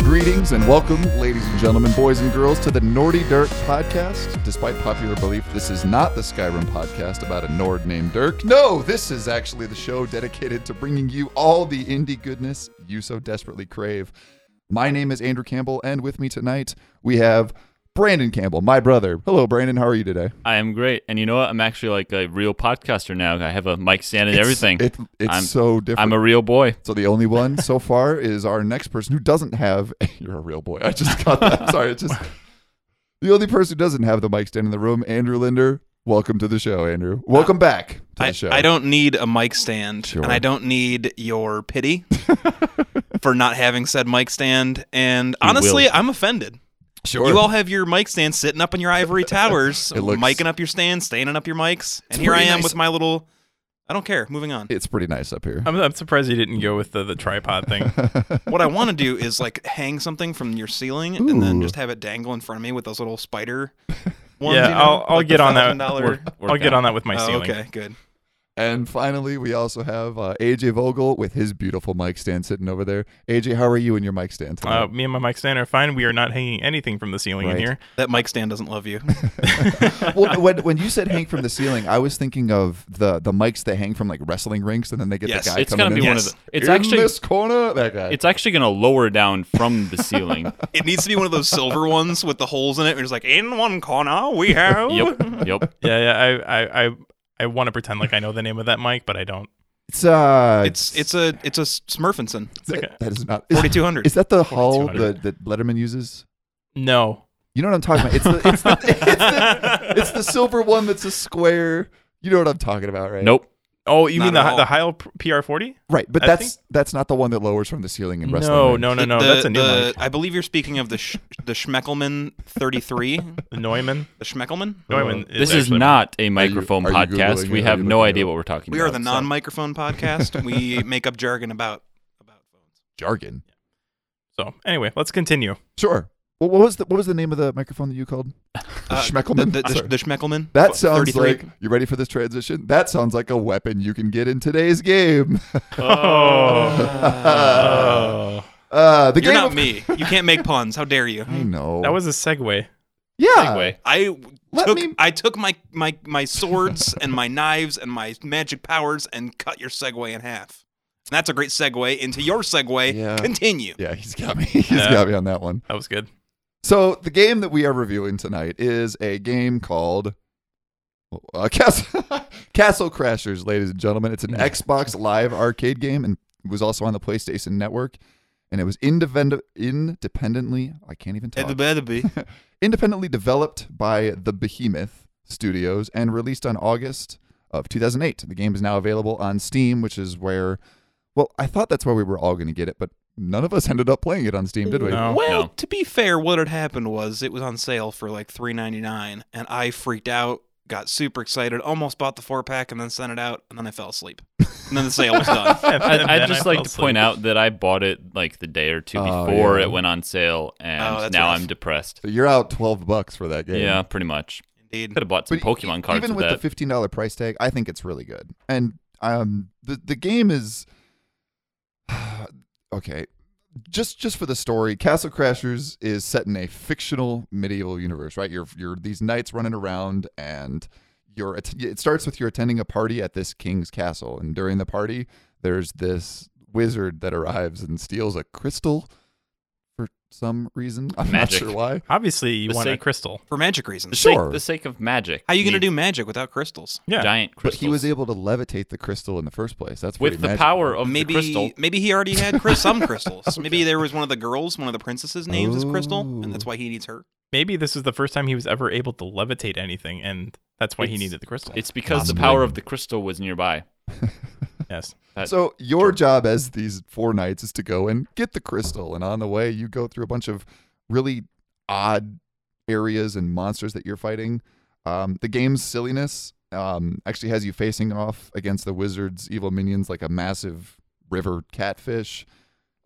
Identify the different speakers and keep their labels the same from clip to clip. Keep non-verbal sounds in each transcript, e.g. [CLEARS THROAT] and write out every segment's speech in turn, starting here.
Speaker 1: Greetings and welcome, ladies and gentlemen, boys and girls, to the Nordy Dirk podcast. Despite popular belief, this is not the Skyrim podcast about a Nord named Dirk. No, this is actually the show dedicated to bringing you all the indie goodness you so desperately crave. My name is Andrew Campbell, and with me tonight we have Brandon Campbell, my brother. Hello, Brandon. How are you today?
Speaker 2: I am great, and you know what? I'm actually like a real podcaster now. I have a mic stand and everything.
Speaker 1: It's, it- it's
Speaker 2: I'm-
Speaker 1: so different.
Speaker 2: I'm a real boy.
Speaker 1: So the only one
Speaker 2: [LAUGHS]
Speaker 1: so far is our next person who doesn't have. [LAUGHS] You're a real boy. I just got that. I'm sorry. It's
Speaker 2: [LAUGHS]
Speaker 1: just the only person who doesn't have the mic stand in the room. Andrew Linder, welcome to the show. Andrew,
Speaker 2: Uh,
Speaker 1: welcome back to
Speaker 3: I,
Speaker 1: the show.
Speaker 3: I don't need a mic stand,
Speaker 1: Sure.
Speaker 3: and I don't need your pity [LAUGHS] for not having said mic stand. And honestly, I'm offended.
Speaker 1: Sure.
Speaker 3: You all have your mic stand sitting up in your ivory towers,
Speaker 1: [LAUGHS] It looks-
Speaker 3: miking up your stand, standing up your mics,
Speaker 1: It's
Speaker 3: and here I
Speaker 1: pretty
Speaker 3: am
Speaker 1: nice.
Speaker 3: with my little. I don't care.
Speaker 1: [LAUGHS]
Speaker 3: Moving on.
Speaker 1: it's pretty nice up
Speaker 2: Um,
Speaker 1: here.
Speaker 4: I'm, I'm surprised you didn't go with the, the
Speaker 3: [LAUGHS]
Speaker 4: tripod thing.
Speaker 3: what I want to do is like hang something from your ceiling and
Speaker 1: Ooh.
Speaker 3: then just have it dangle in front of me with those
Speaker 1: [LAUGHS]
Speaker 3: little spider. Ones,
Speaker 4: yeah,
Speaker 3: you know?
Speaker 4: I'll, I'll
Speaker 3: Like
Speaker 4: get
Speaker 3: the
Speaker 4: on that.
Speaker 3: $1,000
Speaker 4: I'll
Speaker 2: work
Speaker 4: get
Speaker 2: out.
Speaker 4: on that with my
Speaker 3: Oh,
Speaker 4: ceiling.
Speaker 3: okay, good.
Speaker 1: And finally, we also have uh, AJ Vogel with his beautiful mic stand sitting over there. AJ, how are you and your mic stand? tonight?
Speaker 4: Uh,
Speaker 2: Um,
Speaker 4: me and my mic stand are fine. We are not hanging anything from the ceiling
Speaker 1: Right.
Speaker 4: in
Speaker 3: [LAUGHS]
Speaker 4: here.
Speaker 3: That mic stand doesn't love you.
Speaker 1: [LAUGHS] well, when when you said hang from the ceiling, I was thinking of the the mics that hang from like wrestling rinks, and then they get
Speaker 3: Yes,
Speaker 1: the guy
Speaker 2: It's
Speaker 1: coming
Speaker 2: gonna be
Speaker 1: in.
Speaker 2: one of
Speaker 3: Yes.
Speaker 2: the. It's
Speaker 1: in
Speaker 2: actually
Speaker 1: this corner. That guy.
Speaker 2: it's actually gonna lower down from
Speaker 1: [LAUGHS]
Speaker 2: the ceiling.
Speaker 3: It needs to be one of those silver ones with the holes in it. And it's like, in one corner
Speaker 4: [LAUGHS]
Speaker 3: we
Speaker 1: Oh.
Speaker 3: have.
Speaker 2: yep, yep.
Speaker 4: Yeah, yeah. I, I, I, I want to pretend like I know the name of that mic, but I don't.
Speaker 1: It's uh,
Speaker 3: It's it's a it's a Smurfinson
Speaker 1: that-
Speaker 4: okay.
Speaker 1: that is not. Is, [LAUGHS]
Speaker 3: forty two hundred.
Speaker 1: is that the hull that,
Speaker 4: 4200.
Speaker 1: that Letterman uses?
Speaker 3: [LAUGHS]
Speaker 4: No.
Speaker 1: You know what I'm talking about? It's the it's the, it's the it's the silver one that's a square. You know what I'm talking about, [LAUGHS] right?
Speaker 2: Nope.
Speaker 4: [LAUGHS] Oh, you
Speaker 3: Not
Speaker 4: mean
Speaker 3: at
Speaker 4: the hi-
Speaker 3: all.
Speaker 4: the Heil PR40?
Speaker 1: Right, but
Speaker 4: I
Speaker 1: that's that's not the one that lowers from the ceiling in wrestling.
Speaker 4: No,
Speaker 1: right?
Speaker 4: no, no, no.
Speaker 3: The-
Speaker 4: that's a new
Speaker 3: the-
Speaker 4: mic.
Speaker 3: I believe you're speaking of the sh- the Schmeckelman thirty [LAUGHS]
Speaker 4: [LAUGHS]
Speaker 3: three.
Speaker 4: The Neumann.
Speaker 3: The Schmeckelman.
Speaker 4: Neumann.
Speaker 2: This is
Speaker 4: actually-
Speaker 2: not a microphone
Speaker 1: are you Googling
Speaker 2: podcast.
Speaker 1: it?
Speaker 2: We
Speaker 1: Are
Speaker 2: have
Speaker 1: you
Speaker 2: no
Speaker 1: looking it
Speaker 2: idea
Speaker 1: up?
Speaker 2: what we're talking
Speaker 3: We
Speaker 2: about.
Speaker 3: are the non microphone podcast.
Speaker 4: [LAUGHS]
Speaker 3: We make up jargon about about phones.
Speaker 1: jargon.
Speaker 4: So anyway,
Speaker 3: [LAUGHS]
Speaker 4: let's continue.
Speaker 1: Sure. Well, what was the what was the name of the microphone that you called? The
Speaker 3: Uh, The,
Speaker 1: Schmeckelman.
Speaker 3: the, the,
Speaker 1: Sorry.
Speaker 3: the Schmeckelman.
Speaker 1: that sounds
Speaker 3: 33.
Speaker 1: like you ready for this transition? That sounds like a weapon you can get in today's game.
Speaker 4: Oh. Oh.
Speaker 1: [LAUGHS] Uh, the
Speaker 3: You're
Speaker 1: game
Speaker 3: not
Speaker 1: [LAUGHS] of-
Speaker 3: me. You can't make puns. How dare you?
Speaker 1: I know.
Speaker 4: That was a segue.
Speaker 1: yeah.
Speaker 2: Anyway,
Speaker 3: I
Speaker 1: Let
Speaker 3: took
Speaker 1: me-
Speaker 3: I took my, my my swords [LAUGHS] and my knives and my magic powers and cut your Segway in half. And that's a great segue into your Segway.
Speaker 1: Yeah.
Speaker 3: Continue.
Speaker 1: Yeah, he's got me. [LAUGHS] He's
Speaker 4: Yeah.
Speaker 1: got me on that one.
Speaker 4: That was good.
Speaker 1: So the game that we are reviewing tonight is a game called uh, [LAUGHS] Castle, Castle Crashers, ladies and gentlemen. It's an Xbox Live arcade game and was also on the PlayStation Network. And it was independ- independently, I can't even talk,
Speaker 3: better be.
Speaker 1: independently developed by the Behemoth Studios and released on August of 2008. The game is now available on Steam, which is where, well, I thought that's where we were all going to get it, but none of us [LAUGHS] ended up playing it on Steam, did we?
Speaker 4: No.
Speaker 3: Well,
Speaker 2: No.
Speaker 3: to be fair, what had happened was it was on sale for like three ninety nine, and I freaked out, got super excited, almost bought the four pack, and then sent it out, and then I fell asleep, and then the sale was done.
Speaker 4: [LAUGHS] And
Speaker 2: I,
Speaker 4: then
Speaker 2: would just
Speaker 4: fell
Speaker 2: like to
Speaker 4: asleep.
Speaker 2: point out that I bought it like the day or two
Speaker 1: Oh,
Speaker 2: before
Speaker 1: yeah.
Speaker 2: it went on sale, and
Speaker 3: Oh, that's
Speaker 2: now
Speaker 3: rough.
Speaker 2: I'm depressed.
Speaker 1: So you're out 12 bucks for that game.
Speaker 2: Yeah, pretty much.
Speaker 3: Indeed.
Speaker 2: Could have bought some
Speaker 1: But e-
Speaker 2: Pokemon cards
Speaker 1: Even
Speaker 2: with
Speaker 1: with
Speaker 2: that.
Speaker 1: the fifteen dollar price tag, I think it's really good. And um, the the game is [SIGHS] okay. Just just for the story, Castle Crashers is set in a fictional medieval universe, right? You're you're these knights running around, and you're att- it starts with you're attending a party at this king's castle, and during the party, there's this wizard that arrives and steals a crystal for some reason. I'm
Speaker 2: Magic.
Speaker 1: not sure why.
Speaker 4: Obviously, you
Speaker 2: The
Speaker 4: want
Speaker 2: sake-
Speaker 4: a crystal.
Speaker 3: For magic
Speaker 2: the
Speaker 3: reasons.
Speaker 2: sake,
Speaker 1: Sure.
Speaker 2: the sake of magic.
Speaker 3: How you going to
Speaker 2: need
Speaker 3: do magic without crystals?
Speaker 4: Yeah.
Speaker 2: giant crystals?
Speaker 1: But he was able to levitate the crystal in the first place. That's
Speaker 2: with
Speaker 1: pretty
Speaker 2: the
Speaker 1: magical.
Speaker 2: power of
Speaker 3: maybe
Speaker 2: the crystal.
Speaker 3: maybe he already had crys- some
Speaker 1: [LAUGHS]
Speaker 3: crystals. Maybe there was one of the girls, one of the princesses' names is Crystal,
Speaker 1: Oh.
Speaker 3: and that's why he needs her.
Speaker 4: Maybe this is the first time he was ever able to levitate anything, and that's why he
Speaker 2: It's-
Speaker 4: needed the crystal.
Speaker 2: It's because the
Speaker 1: Possibly.
Speaker 2: power of the crystal was nearby.
Speaker 4: yes.
Speaker 2: That-
Speaker 1: So your job as these four knights is to go and get the crystal, and on the way you go through a bunch of really odd areas and monsters that you're fighting. Um, the game's silliness um, actually has you facing off against the wizard's evil minions, like a massive river catfish,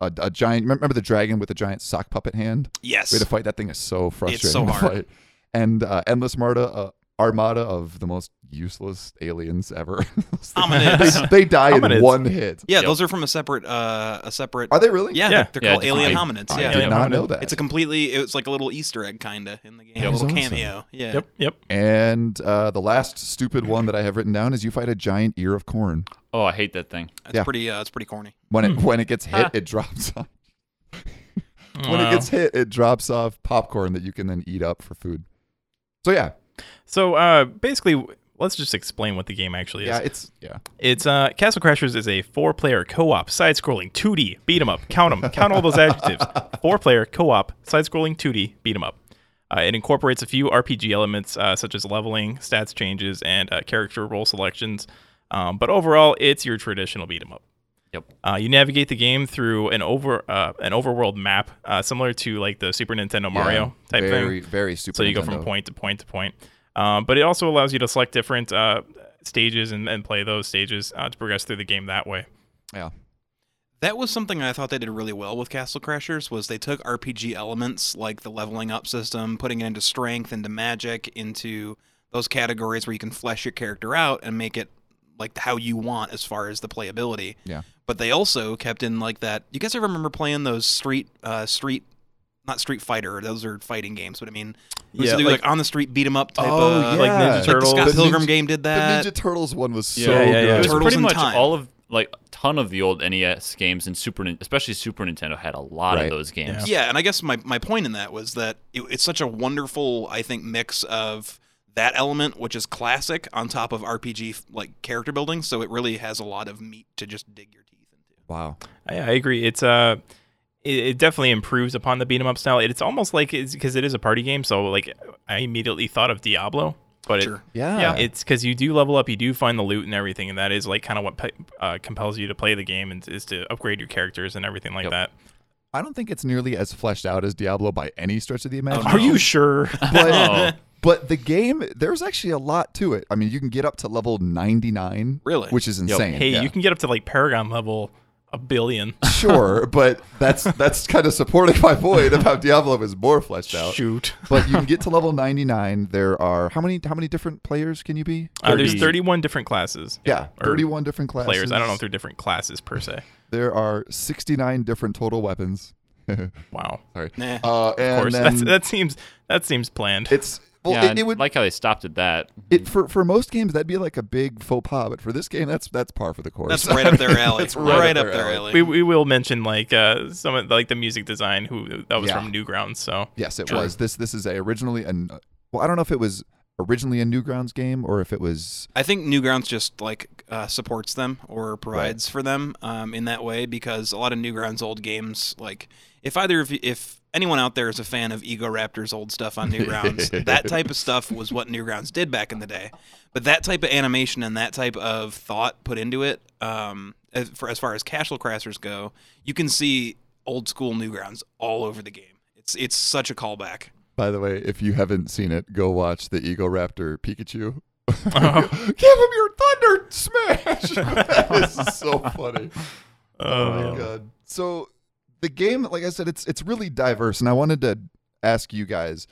Speaker 1: a, a giant. Remember the dragon with the giant sock puppet hand?
Speaker 3: Yes.
Speaker 1: Way to fight that thing is so frustrating.
Speaker 3: so
Speaker 1: to
Speaker 3: hard.
Speaker 1: fight. And uh, endless Marta, uh, armada of the most useless aliens ever. [LAUGHS] Those things- [LAUGHS]
Speaker 3: [LAUGHS] Hominids.
Speaker 1: they, they die in
Speaker 4: Hominids.
Speaker 1: one hit.
Speaker 3: yeah,
Speaker 2: Yep.
Speaker 3: those are from a separate uh a separate
Speaker 1: Are they really?
Speaker 3: Yeah,
Speaker 4: Yeah.
Speaker 3: they're
Speaker 2: Yeah,
Speaker 3: called
Speaker 2: it's
Speaker 3: alien
Speaker 2: fine.
Speaker 3: hominids.
Speaker 1: I
Speaker 3: yeah.
Speaker 1: did
Speaker 4: Alien
Speaker 1: not
Speaker 4: hominid.
Speaker 1: know that.
Speaker 3: It's a completely it's like a little Easter egg kinda in the game.
Speaker 1: Yeah.
Speaker 3: a little
Speaker 1: That's awesome.
Speaker 3: cameo. Yeah.
Speaker 4: Yep, yep.
Speaker 1: and uh, the last stupid one that I have written down is you fight a giant ear of corn.
Speaker 2: Oh, I hate that thing.
Speaker 3: That's
Speaker 1: Yeah.
Speaker 3: pretty uh it's pretty corny.
Speaker 1: When it when it gets hit,
Speaker 2: Ah.
Speaker 1: it drops off. When
Speaker 4: Wow.
Speaker 1: it gets hit, it drops off popcorn that you can then eat up for food. So yeah,
Speaker 4: so uh, basically, let's just explain what the game actually is.
Speaker 1: yeah, it's yeah.
Speaker 4: It's uh, Castle Crashers is a four-player co-op side-scrolling 2D beat 'em up. Count 'em, count all those adjectives. Four-player co-op side-scrolling 2D beat 'em up. Uh, it incorporates a few RPG elements uh, such as leveling, stats changes, and uh, character role selections. Um, but overall, it's your traditional beat 'em up.
Speaker 2: Yep.
Speaker 4: Uh, you navigate the game through an over uh, an overworld map, uh, similar to like the Super Nintendo Mario
Speaker 1: Yeah,
Speaker 4: type thing.
Speaker 1: very very super.
Speaker 4: So you go from
Speaker 1: Nintendo.
Speaker 4: point to point to point. Um, but it also allows you to select different uh, stages and, and play those stages uh, to progress through the game that way.
Speaker 1: Yeah,
Speaker 3: That was something I thought they did really well with Castle Crashers was they took RPG elements like the leveling up system, putting it into strength, into magic, into those categories where you can flesh your character out and make it like how you want as far as the playability.
Speaker 1: Yeah.
Speaker 3: But they also kept in like that. You guys ever remember playing those street uh street not Street Fighter, those are fighting games, but I mean it was
Speaker 4: Yeah,
Speaker 3: to do, like,
Speaker 4: like-
Speaker 3: on the street beat 'em up type
Speaker 1: Oh,
Speaker 3: of
Speaker 4: Like
Speaker 1: Yeah.
Speaker 4: Ninja
Speaker 1: Like
Speaker 3: like the
Speaker 4: Turtles.
Speaker 3: Scott
Speaker 1: The
Speaker 3: Pilgrim
Speaker 1: Ninja-
Speaker 3: game did
Speaker 1: the
Speaker 3: that.
Speaker 1: Ninja Turtles one was so
Speaker 2: Yeah,
Speaker 4: yeah, yeah.
Speaker 1: good.
Speaker 2: It was
Speaker 3: Turtles
Speaker 2: pretty
Speaker 3: in
Speaker 2: much
Speaker 3: Time.
Speaker 2: all of like a ton of the old NES games and Super, Nin- especially Super Nintendo, had a lot
Speaker 1: Right.
Speaker 2: of those games.
Speaker 3: Yeah, and I guess my, my point in that was that it, it's such a wonderful, I think, mix of that element, which is classic, on top of RPG like character building. So it really has a lot of meat to just dig your teeth into.
Speaker 1: Wow.
Speaker 4: I, I agree. It's uh, it, it definitely improves upon the beat 'em up style. It, it's almost like it's because it is a party game, so like I immediately thought of Diablo, but it,
Speaker 3: Sure.
Speaker 1: Yeah.
Speaker 4: yeah, it's because you do level up, you do find the loot and everything, and that is like kind of what pe- uh, compels you to play the game and is to upgrade your characters and everything like
Speaker 2: Yep.
Speaker 1: [LAUGHS]
Speaker 4: that.
Speaker 1: I don't think it's nearly as fleshed out as Diablo by any stretch
Speaker 4: Oh,
Speaker 1: of the imagination.
Speaker 4: Are you [LAUGHS] sure?
Speaker 1: but
Speaker 2: Oh.
Speaker 1: but the game there's actually a lot to it. I mean, you can get up to level 99,
Speaker 3: Really?
Speaker 1: which is insane.
Speaker 4: hey,
Speaker 1: yeah.
Speaker 4: you can get up to like Paragon level a billion.
Speaker 1: [LAUGHS] sure, but that's that's kind of supporting my point of how Diablo is more fleshed out.
Speaker 4: Shoot.
Speaker 1: But you can get to level 99. There are how many how many different players can you be?
Speaker 4: Uh, there's
Speaker 2: 30
Speaker 4: 31 different classes.
Speaker 1: Yeah,
Speaker 4: Or
Speaker 1: 31 different classes.
Speaker 4: players. I don't know if they're different classes per se.
Speaker 1: there are 69 different total weapons.
Speaker 4: Wow.
Speaker 1: Sorry.
Speaker 3: Nah.
Speaker 1: Uh,
Speaker 4: Of
Speaker 1: and
Speaker 4: course,
Speaker 1: then
Speaker 4: that's, that seems that seems planned.
Speaker 1: it's well,
Speaker 2: yeah,
Speaker 1: it,
Speaker 2: and
Speaker 1: it would
Speaker 2: like how they stopped at that.
Speaker 1: it for for most games that'd be like a big faux pas, but for this game that's that's par for the course.
Speaker 3: That's right up their
Speaker 1: [LAUGHS]
Speaker 3: alley.
Speaker 1: It's right up
Speaker 3: up
Speaker 1: their alley.
Speaker 3: their alley.
Speaker 4: we, we will mention like uh, some of like the music design who that was
Speaker 1: Yeah.
Speaker 4: from Newgrounds. So
Speaker 1: Yes, it
Speaker 4: Sure.
Speaker 1: was. This this is a originally an well, I don't know if it was originally a Newgrounds game or if it was
Speaker 3: I think Newgrounds just like uh, supports them or provides for them um, in that way because a lot of Newgrounds old games, like if either of you, if anyone out there is a fan of Ego Raptor's old stuff
Speaker 2: [LAUGHS]
Speaker 3: on Newgrounds, that type of stuff was what Newgrounds did back in the day. But that type of animation and that type of thought put into it, um, as, for, as far as Castle Crashers go, you can see old school Newgrounds all over the game. It's it's such a callback.
Speaker 1: by the way, if you haven't seen it, go watch the Ego Raptor Pikachu. [LAUGHS] Give him your thunder smash. [LAUGHS] that is so funny. Oh
Speaker 4: uh,
Speaker 1: my god. So the game, like I said, it's it's really diverse, and I wanted to ask you guys.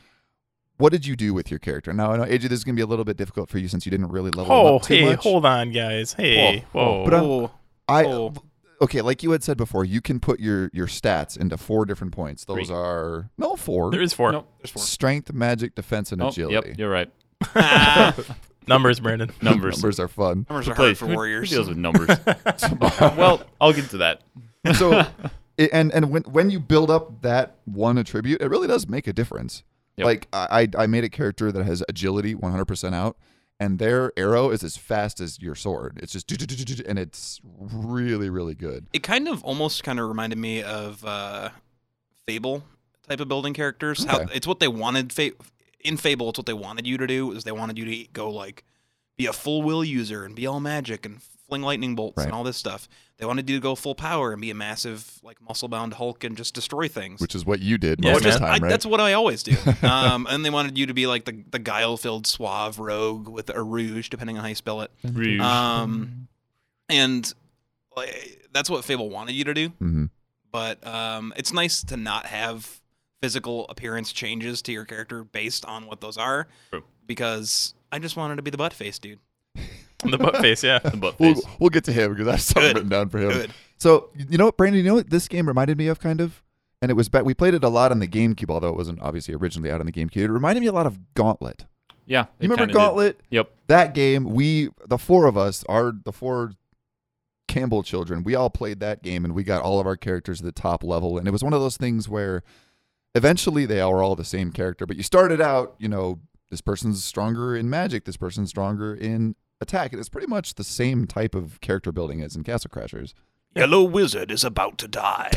Speaker 1: What did you do with your character? Now I know AJ, this is gonna be a little bit difficult for you since you didn't really level him
Speaker 4: oh
Speaker 1: up too
Speaker 4: hey,
Speaker 1: much.
Speaker 4: hold on guys. Hey,
Speaker 1: Whoa,
Speaker 4: whoa.
Speaker 1: But uh, I'm-
Speaker 3: Oh,
Speaker 1: I
Speaker 3: Oh.
Speaker 1: okay, like you had said before, you can put your your stats into four different points. Those
Speaker 2: Three.
Speaker 1: are no four.
Speaker 4: there is four
Speaker 2: Nope.
Speaker 3: there's four.
Speaker 1: strength, magic, defense, and
Speaker 2: Oh,
Speaker 1: agility.
Speaker 2: yep, you're right.
Speaker 4: numbers, Brandon.
Speaker 2: Numbers.
Speaker 1: [LAUGHS] Numbers are fun.
Speaker 3: Numbers are
Speaker 2: Play-
Speaker 3: hard for
Speaker 2: who-
Speaker 3: warriors.
Speaker 2: Who deals with
Speaker 3: [LAUGHS]
Speaker 2: numbers? well, I'll get to that.
Speaker 1: So, it, and and when when you build up that one attribute, it really does make a difference.
Speaker 2: Yep.
Speaker 1: Like I I I made a character that has agility 100% out, and their arrow is as fast as your sword. It's just [LAUGHS] do- do- do- do- do- and it's really really good.
Speaker 3: It kind of almost kind of reminded me of uh, Fable type of building characters. How
Speaker 1: Okay.
Speaker 3: it's what they wanted fa- in Fable. It's what they wanted you to do is they wanted you to go like be a full will user and be all magic and fling lightning bolts
Speaker 1: Right.
Speaker 3: and all this stuff. They wanted you to go full power and be a massive like muscle bound Hulk and just destroy things.
Speaker 1: which is what you did
Speaker 4: Yeah,
Speaker 1: most
Speaker 4: man.
Speaker 1: of the time,
Speaker 3: I,
Speaker 1: right?
Speaker 3: That's what I
Speaker 1: [LAUGHS]
Speaker 3: always do. Um, and they wanted you to be like the, the guile filled suave rogue with a rouge, depending on how you spell it.
Speaker 2: Rouge.
Speaker 3: Um, and like, that's what Fable wanted you to do.
Speaker 1: Mhm.
Speaker 3: But um, it's nice to not have physical appearance changes to your character based on what those are.
Speaker 2: True.
Speaker 3: Because I just wanted to be the butt face dude.
Speaker 1: [LAUGHS]
Speaker 4: the butt face, yeah.
Speaker 2: the butt
Speaker 1: We'll,
Speaker 2: face.
Speaker 1: we'll get to him because I have something
Speaker 3: Good.
Speaker 1: written down for him.
Speaker 3: Good.
Speaker 1: So you know what, Brandon? You know what this game reminded me of, kind of, and it was back. We played it a lot on the GameCube, although it wasn't obviously originally out on the GameCube. It reminded me a lot of Gauntlet.
Speaker 2: Yeah. it
Speaker 1: You remember
Speaker 2: kinda did.
Speaker 1: Gauntlet?
Speaker 2: Yep.
Speaker 1: That game, we the four of us are the four Campbell children. We all played that game, and we got all of our characters at the top level. And it was one of those things where eventually they are all the same character, but you started out, you know, this person's stronger in magic, this person's stronger in attack, and it's pretty much the same type of character building as in Castle Crashers. [LAUGHS]
Speaker 3: Yellow wizard is about to die.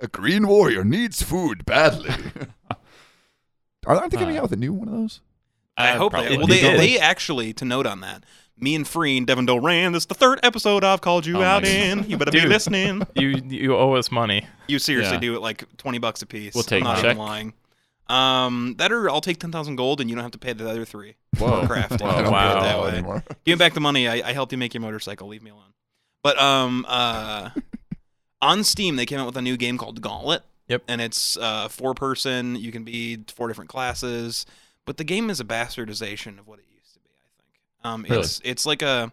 Speaker 1: a green warrior needs food badly. [LAUGHS] Are- Aren't they coming out with a new one of those?
Speaker 3: [LAUGHS] I
Speaker 2: Uh,
Speaker 3: hope
Speaker 2: probably.
Speaker 3: they. Well,
Speaker 4: They
Speaker 3: they,
Speaker 4: did.
Speaker 3: they actually to note on that. Me and Free and Devin Doran. This is the third episode I've called you
Speaker 2: Oh my
Speaker 3: out
Speaker 2: God.
Speaker 3: in. You better be
Speaker 2: [LAUGHS]
Speaker 4: Dude.
Speaker 3: listening.
Speaker 4: You you owe us money.
Speaker 3: You seriously
Speaker 2: Yeah.
Speaker 3: do it like twenty bucks a piece.
Speaker 2: We'll take
Speaker 3: I'm not
Speaker 2: a
Speaker 3: even
Speaker 2: check.
Speaker 3: lying. Um, that or I'll take ten thousand gold and you don't have to pay the other three.
Speaker 2: Whoa.
Speaker 3: Craft.
Speaker 2: Whoa.
Speaker 1: I don't
Speaker 3: Put it
Speaker 1: get
Speaker 4: Wow.
Speaker 3: that
Speaker 1: that
Speaker 3: way.
Speaker 1: anymore.
Speaker 3: [LAUGHS] Give me back the money. I, I helped you make your motorcycle. Leave me alone. But um, uh, on Steam they came out with a new game called Gauntlet.
Speaker 4: Yep.
Speaker 3: And it's uh four person. You can be four different classes. But the game is a bastardization of what it used to be. I think. Um,
Speaker 2: Really?
Speaker 3: it's it's like a,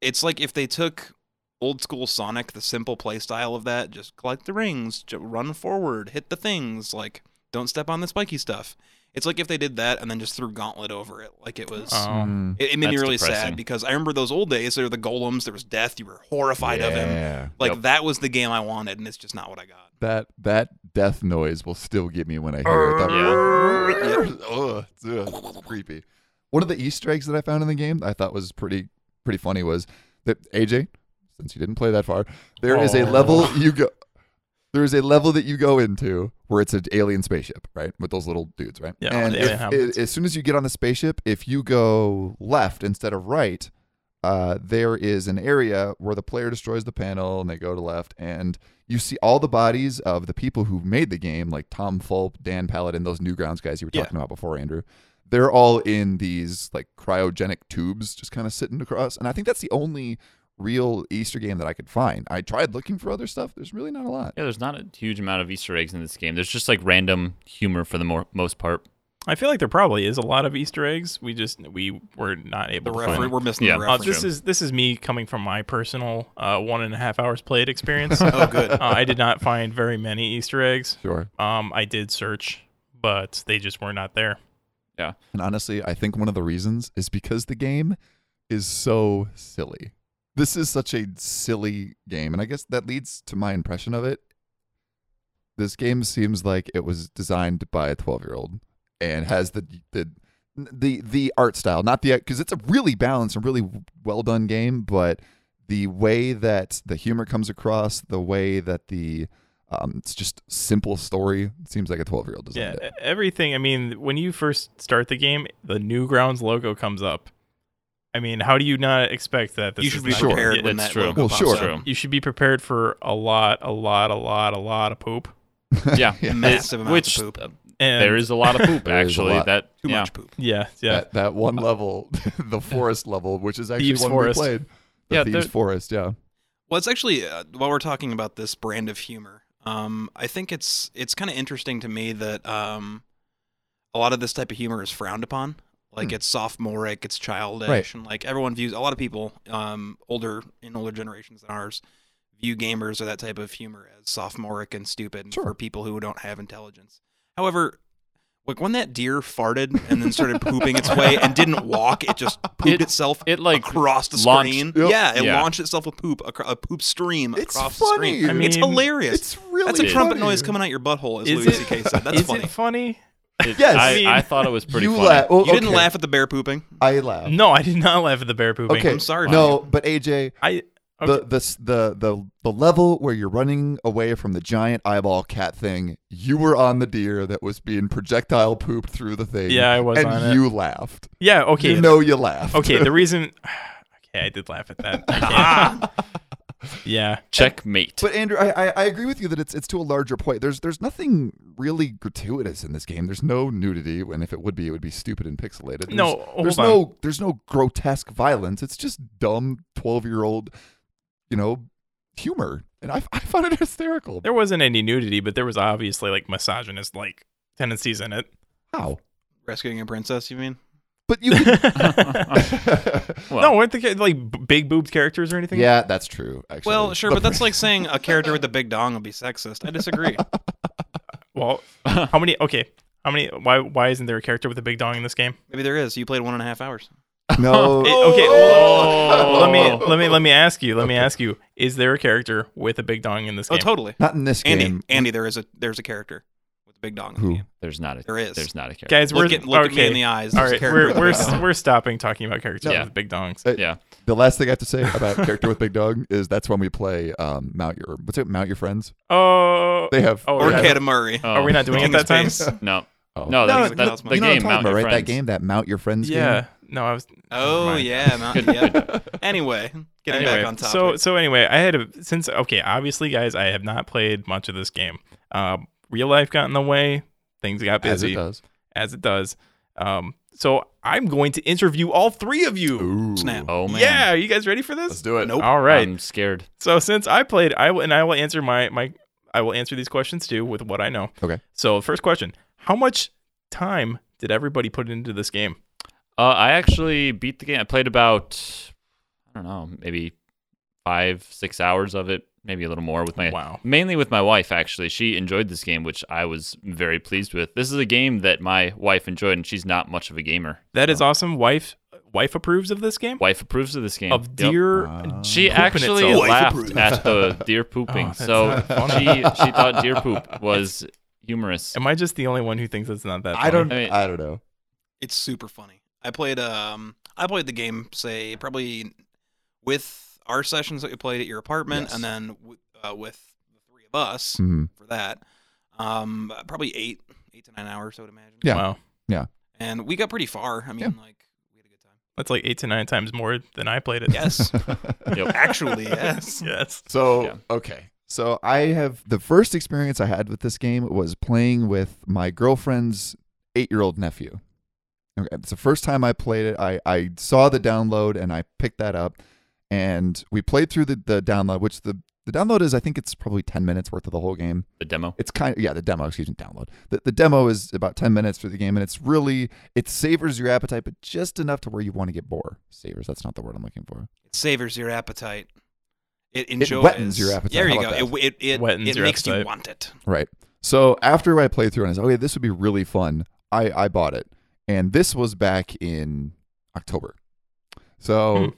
Speaker 3: it's like if they took old school Sonic, the simple play style of that, just collect the rings, ju- run forward, hit the things, like don't step on the spiky stuff. It's like if they did that and then just threw Gauntlet over it, like it was.
Speaker 4: Um,
Speaker 3: It, it made me
Speaker 2: That's
Speaker 3: really
Speaker 2: depressing.
Speaker 3: sad because I remember those old days. There were the golems. There was death. You were horrified of him.
Speaker 1: Yeah.
Speaker 3: Like
Speaker 2: Yep.
Speaker 3: that was the game I wanted, and it's just not what I got.
Speaker 1: That that death noise will still get me when I hear it. That- [CLEARS THROAT] Ugh, it's, ugh, it's creepy. One of the Easter eggs that I found in the game that I thought was pretty pretty funny was that AJ, since you didn't play that far, there is a
Speaker 4: Oh.
Speaker 1: level you go. There is a level that you go into where it's an alien spaceship, right? With those little dudes, right?
Speaker 4: Yeah,
Speaker 1: And
Speaker 4: the
Speaker 1: if-
Speaker 4: alien hobbits.
Speaker 1: i- as soon as you get on the spaceship, if you go left instead of right, uh, there is an area where the player destroys the panel and they go to left and you see all the bodies of the people who made the game like tom fulp dan paladin those newgrounds guys you were
Speaker 3: Yeah.
Speaker 1: talking about before andrew they're all in these like cryogenic tubes just kind of sitting across and i think that's the only real easter game that i could find i tried looking for other stuff there's really not a lot
Speaker 2: Yeah, there's not a huge amount of Easter eggs in this game. There's just like random humor for the more, most part.
Speaker 4: I feel like there probably is a lot of Easter eggs. We just we were not
Speaker 3: The
Speaker 4: able to
Speaker 3: referee,
Speaker 4: find.
Speaker 3: we're missing
Speaker 2: Yeah.
Speaker 3: the
Speaker 4: Uh,
Speaker 3: reference.
Speaker 4: this is this is me coming from my personal uh, one and a half hours played
Speaker 1: [LAUGHS]
Speaker 4: experience.
Speaker 3: oh,
Speaker 2: [LAUGHS]
Speaker 3: good.
Speaker 4: uh, I did not find very many Easter eggs.
Speaker 1: sure
Speaker 4: Um, I did search, but they just were not there.
Speaker 1: and honestly i think one of the reasons is because the game is so silly this is such a silly game and i guess that leads to my impression of it this game seems like it was designed by a 12 year old and has the the the the art style not the because it's a really balanced and really well done game but the way that the humor comes across the way that the um, it's just simple story it seems like a 12 year old
Speaker 4: Yeah,
Speaker 1: designed it
Speaker 4: e- everything. I mean, when you first start the game, the Newgrounds logo comes up. I mean, how do you not expect that? This
Speaker 3: you
Speaker 4: is
Speaker 3: should be
Speaker 4: not-
Speaker 1: Sure.
Speaker 3: prepared
Speaker 2: Yeah,
Speaker 3: when
Speaker 2: that's
Speaker 3: that
Speaker 2: true.
Speaker 3: logo
Speaker 1: Well,
Speaker 3: pops
Speaker 1: sure.
Speaker 3: up.
Speaker 2: True.
Speaker 4: You should be prepared for a lot, a lot, a lot, a lot of poop.
Speaker 2: Yeah.
Speaker 1: [LAUGHS] Yeah.
Speaker 3: Massive
Speaker 2: It-
Speaker 3: amount
Speaker 2: which,
Speaker 3: of poop.
Speaker 2: uh,
Speaker 4: And
Speaker 2: there is a lot of
Speaker 1: [LAUGHS]
Speaker 2: poop,
Speaker 1: There is a
Speaker 2: actually.
Speaker 1: lot.
Speaker 2: That
Speaker 3: Too
Speaker 2: yeah.
Speaker 3: much poop.
Speaker 4: yeah, yeah.
Speaker 1: that, that one level, [LAUGHS] the forest level, which is actually
Speaker 4: Thieves'
Speaker 1: one
Speaker 4: Forest.
Speaker 1: we played. The
Speaker 2: Yeah,
Speaker 1: Thieves
Speaker 2: there-
Speaker 1: Forest, yeah.
Speaker 3: Well, it's actually uh, while we're talking about this brand of humor, um, I think it's it's kind of interesting to me that um, a lot of this type of humor is frowned upon. Like
Speaker 1: Hmm.
Speaker 3: it's sophomoric, it's childish,
Speaker 1: Right.
Speaker 3: and like everyone views a lot of people, um, older in older generations than ours, view gamers or that type of humor as sophomoric and stupid and
Speaker 1: Sure.
Speaker 3: for people who don't have intelligence. However, like when that deer farted and then started pooping its way and didn't walk, it just pooped
Speaker 2: It-
Speaker 3: itself
Speaker 2: It like
Speaker 3: across the
Speaker 2: launched-
Speaker 3: screen.
Speaker 1: Yep.
Speaker 3: Yeah, it
Speaker 2: Yeah.
Speaker 3: launched itself with poop, acro- a poop stream
Speaker 1: It's
Speaker 3: across the
Speaker 1: funny.
Speaker 3: screen.
Speaker 1: I
Speaker 3: it's
Speaker 4: mean,
Speaker 3: hilarious.
Speaker 1: It's really
Speaker 3: That's a
Speaker 1: funny.
Speaker 3: trumpet noise coming out your butthole, as
Speaker 4: Is
Speaker 3: Louis
Speaker 4: it-
Speaker 3: C.K. said. That's
Speaker 4: is
Speaker 3: funny.
Speaker 4: it funny?
Speaker 2: It,
Speaker 1: Yes.
Speaker 2: I,
Speaker 4: I mean-
Speaker 2: I thought it was pretty
Speaker 1: you
Speaker 2: funny.
Speaker 1: laugh. Oh,
Speaker 3: you didn't
Speaker 1: okay.
Speaker 3: laugh at the bear pooping.
Speaker 1: I laugh.
Speaker 4: No, I did not laugh at the bear pooping.
Speaker 1: Oh. okay.
Speaker 3: I'm sorry,
Speaker 1: No, but AJ,
Speaker 4: I
Speaker 1: the,
Speaker 4: okay.
Speaker 1: the s- the the the level where you're running away from the giant eyeball cat thing, you were on the deer that was being projectile pooped through the thing.
Speaker 4: Yeah, I was
Speaker 1: and
Speaker 4: on it.
Speaker 1: you laughed.
Speaker 4: yeah, [LAUGHS] okay.
Speaker 1: You know you laughed.
Speaker 4: okay, the reason [SIGHS] Okay, I did laugh at that. I can't- yeah.
Speaker 2: Checkmate.
Speaker 1: But Andrew, I, I, I agree with you that it's it's to a larger point. There's there's nothing really gratuitous in this game. There's no nudity, and if it would be, it would be stupid and pixelated. There's,
Speaker 4: No, hold
Speaker 1: there's
Speaker 4: on.
Speaker 1: no there's no grotesque violence. It's just dumb twelve year old, you know, humor, and I, I found it [LAUGHS] hysterical.
Speaker 4: There wasn't any nudity, but there was obviously like misogynist like tendencies in it.
Speaker 1: How?
Speaker 3: Rescuing a princess, you mean?
Speaker 4: [LAUGHS]
Speaker 1: But you. Can,
Speaker 4: no, weren't the ca- like b- big boobed characters or anything?
Speaker 1: [LAUGHS] yeah, that's true. Actually,
Speaker 3: Well, sure, but
Speaker 1: [LAUGHS]
Speaker 3: that's
Speaker 4: [LAUGHS]
Speaker 3: like saying a character with a big dong will be sexist. I disagree.
Speaker 4: Well, how many? Okay, how many? Why? Why isn't there a character with a big dong in this game?
Speaker 3: Maybe there is. You played one and a half hours.
Speaker 1: no.
Speaker 4: [LAUGHS] It-
Speaker 3: [LAUGHS]
Speaker 4: okay, well,
Speaker 2: Oh.
Speaker 4: let
Speaker 1: [LAUGHS]
Speaker 4: me let me let me ask you. Let me ask you. Is there a character with a big dong in this
Speaker 3: Oh,
Speaker 4: game?
Speaker 3: totally.
Speaker 1: Not in this
Speaker 3: Andy,
Speaker 1: game.
Speaker 3: Andy, there is a there's a character with a big dong. In
Speaker 1: Who?
Speaker 3: the game.
Speaker 2: There's not a
Speaker 3: There is.
Speaker 2: There's not a character.
Speaker 4: Guys, we're
Speaker 3: Look, at, look
Speaker 4: okay.
Speaker 3: at me in the eyes.
Speaker 4: All
Speaker 3: There's a
Speaker 4: right,
Speaker 3: character
Speaker 4: we're
Speaker 3: with a
Speaker 4: we're
Speaker 3: big
Speaker 4: s-
Speaker 3: dong.
Speaker 4: we're stopping talking about characters
Speaker 2: Yeah.
Speaker 4: with big dongs.
Speaker 1: Uh,
Speaker 2: yeah.
Speaker 1: The last thing I have to say about character with big dog is that's when we play um, mount your what's it mount your friends.
Speaker 4: Oh,
Speaker 1: They have
Speaker 4: Oh,
Speaker 3: or
Speaker 4: yeah.
Speaker 3: Katamari.
Speaker 2: Oh.
Speaker 4: are we not doing it
Speaker 3: King of
Speaker 4: that time?
Speaker 1: [LAUGHS]
Speaker 3: Space.
Speaker 2: No.
Speaker 1: Oh.
Speaker 2: No,
Speaker 3: No,
Speaker 2: that's,
Speaker 3: no,
Speaker 2: that's
Speaker 3: no,
Speaker 2: the
Speaker 1: you know what
Speaker 2: game.
Speaker 1: I'm talking
Speaker 2: Mount
Speaker 1: about,
Speaker 2: Your
Speaker 1: right?
Speaker 2: Friends.
Speaker 1: That game, that Mount Your Friends
Speaker 4: Yeah.
Speaker 1: game.
Speaker 4: No, I was.
Speaker 3: Oh
Speaker 4: mind.
Speaker 3: yeah, not, yeah. Anyway, getting
Speaker 4: anyway,
Speaker 3: back on topic.
Speaker 4: So so anyway, I had a since okay, obviously guys, I have not played much of this game. Uh, real life got in the way, things got
Speaker 1: As it
Speaker 4: busy
Speaker 1: does.
Speaker 4: as it does. Um, so I'm going to interview all three of you.
Speaker 1: Ooh.
Speaker 3: Snap.
Speaker 2: Oh man.
Speaker 4: yeah, you guys ready for
Speaker 1: Let's
Speaker 4: this?
Speaker 1: do it. Um,
Speaker 3: Nope.
Speaker 4: All right.
Speaker 2: I'm scared.
Speaker 4: So since I played, I will and I will answer my my I will answer these questions too with what I know.
Speaker 1: Okay.
Speaker 4: So first question: How much time did everybody put into this game?
Speaker 2: Uh, I actually beat the game. I played about, I don't know, maybe five, six hours of it, maybe a little more with my,
Speaker 4: Wow.
Speaker 2: mainly with my wife, actually. She enjoyed this game, which I was very pleased with. This is a game that my wife enjoyed, and she's not much of a gamer.
Speaker 4: That is awesome. Wife wife approves of this game.
Speaker 2: Wife approves of this game.
Speaker 4: Of
Speaker 2: Yep.
Speaker 4: deer.
Speaker 1: Wow.
Speaker 2: She
Speaker 4: pooping
Speaker 2: actually
Speaker 4: itself.
Speaker 2: laughed at the deer pooping,
Speaker 4: [LAUGHS] Oh, that's
Speaker 2: so
Speaker 4: not funny.
Speaker 2: she she thought deer
Speaker 4: [LAUGHS]
Speaker 2: poop was humorous.
Speaker 4: Am I just the only one who thinks it's not that?
Speaker 1: I don't.
Speaker 2: I mean-
Speaker 1: I don't know.
Speaker 3: It's super funny. I played um I played the game say probably with our sessions that we played at your apartment
Speaker 1: Yes.
Speaker 3: and then w- uh, with the three of us
Speaker 1: Mhm.
Speaker 3: for that. Um probably 8 8 to 9 hours I would imagine.
Speaker 1: Yeah.
Speaker 4: Wow,
Speaker 3: And we got pretty far. I mean like we had a good time.
Speaker 4: that's like eight to nine times more than I played it.
Speaker 1: [LAUGHS]
Speaker 3: Yes.
Speaker 1: Mm-hmm.
Speaker 2: Yep.
Speaker 3: [LAUGHS] actually, yes.
Speaker 4: [LAUGHS] yes.
Speaker 1: So
Speaker 2: Yeah.
Speaker 1: okay. So I have the first experience I had with this game was playing with my girlfriend's eight-year-old nephew. Okay, it's the first time I played it. I I saw the download and I picked that up, and we played through the the download, which the the download is I think it's probably ten minutes worth of the whole game.
Speaker 2: The demo.
Speaker 1: it's kind of yeah the demo excuse me download the, the demo is about 10 minutes for the game and it's really it savors your appetite but just enough to where you want to get more savors that's not the word i'm looking for
Speaker 3: It savors your appetite. It
Speaker 1: wettens
Speaker 3: enjoys
Speaker 1: your appetite.
Speaker 3: There
Speaker 1: How
Speaker 3: you go.
Speaker 1: about
Speaker 3: It it it,
Speaker 4: Wettens
Speaker 3: it
Speaker 4: your
Speaker 3: makes you
Speaker 4: appetite.
Speaker 3: want it.
Speaker 1: right so after i played through and i said okay this would be really fun i i bought it and this was back in october so
Speaker 4: Hmm.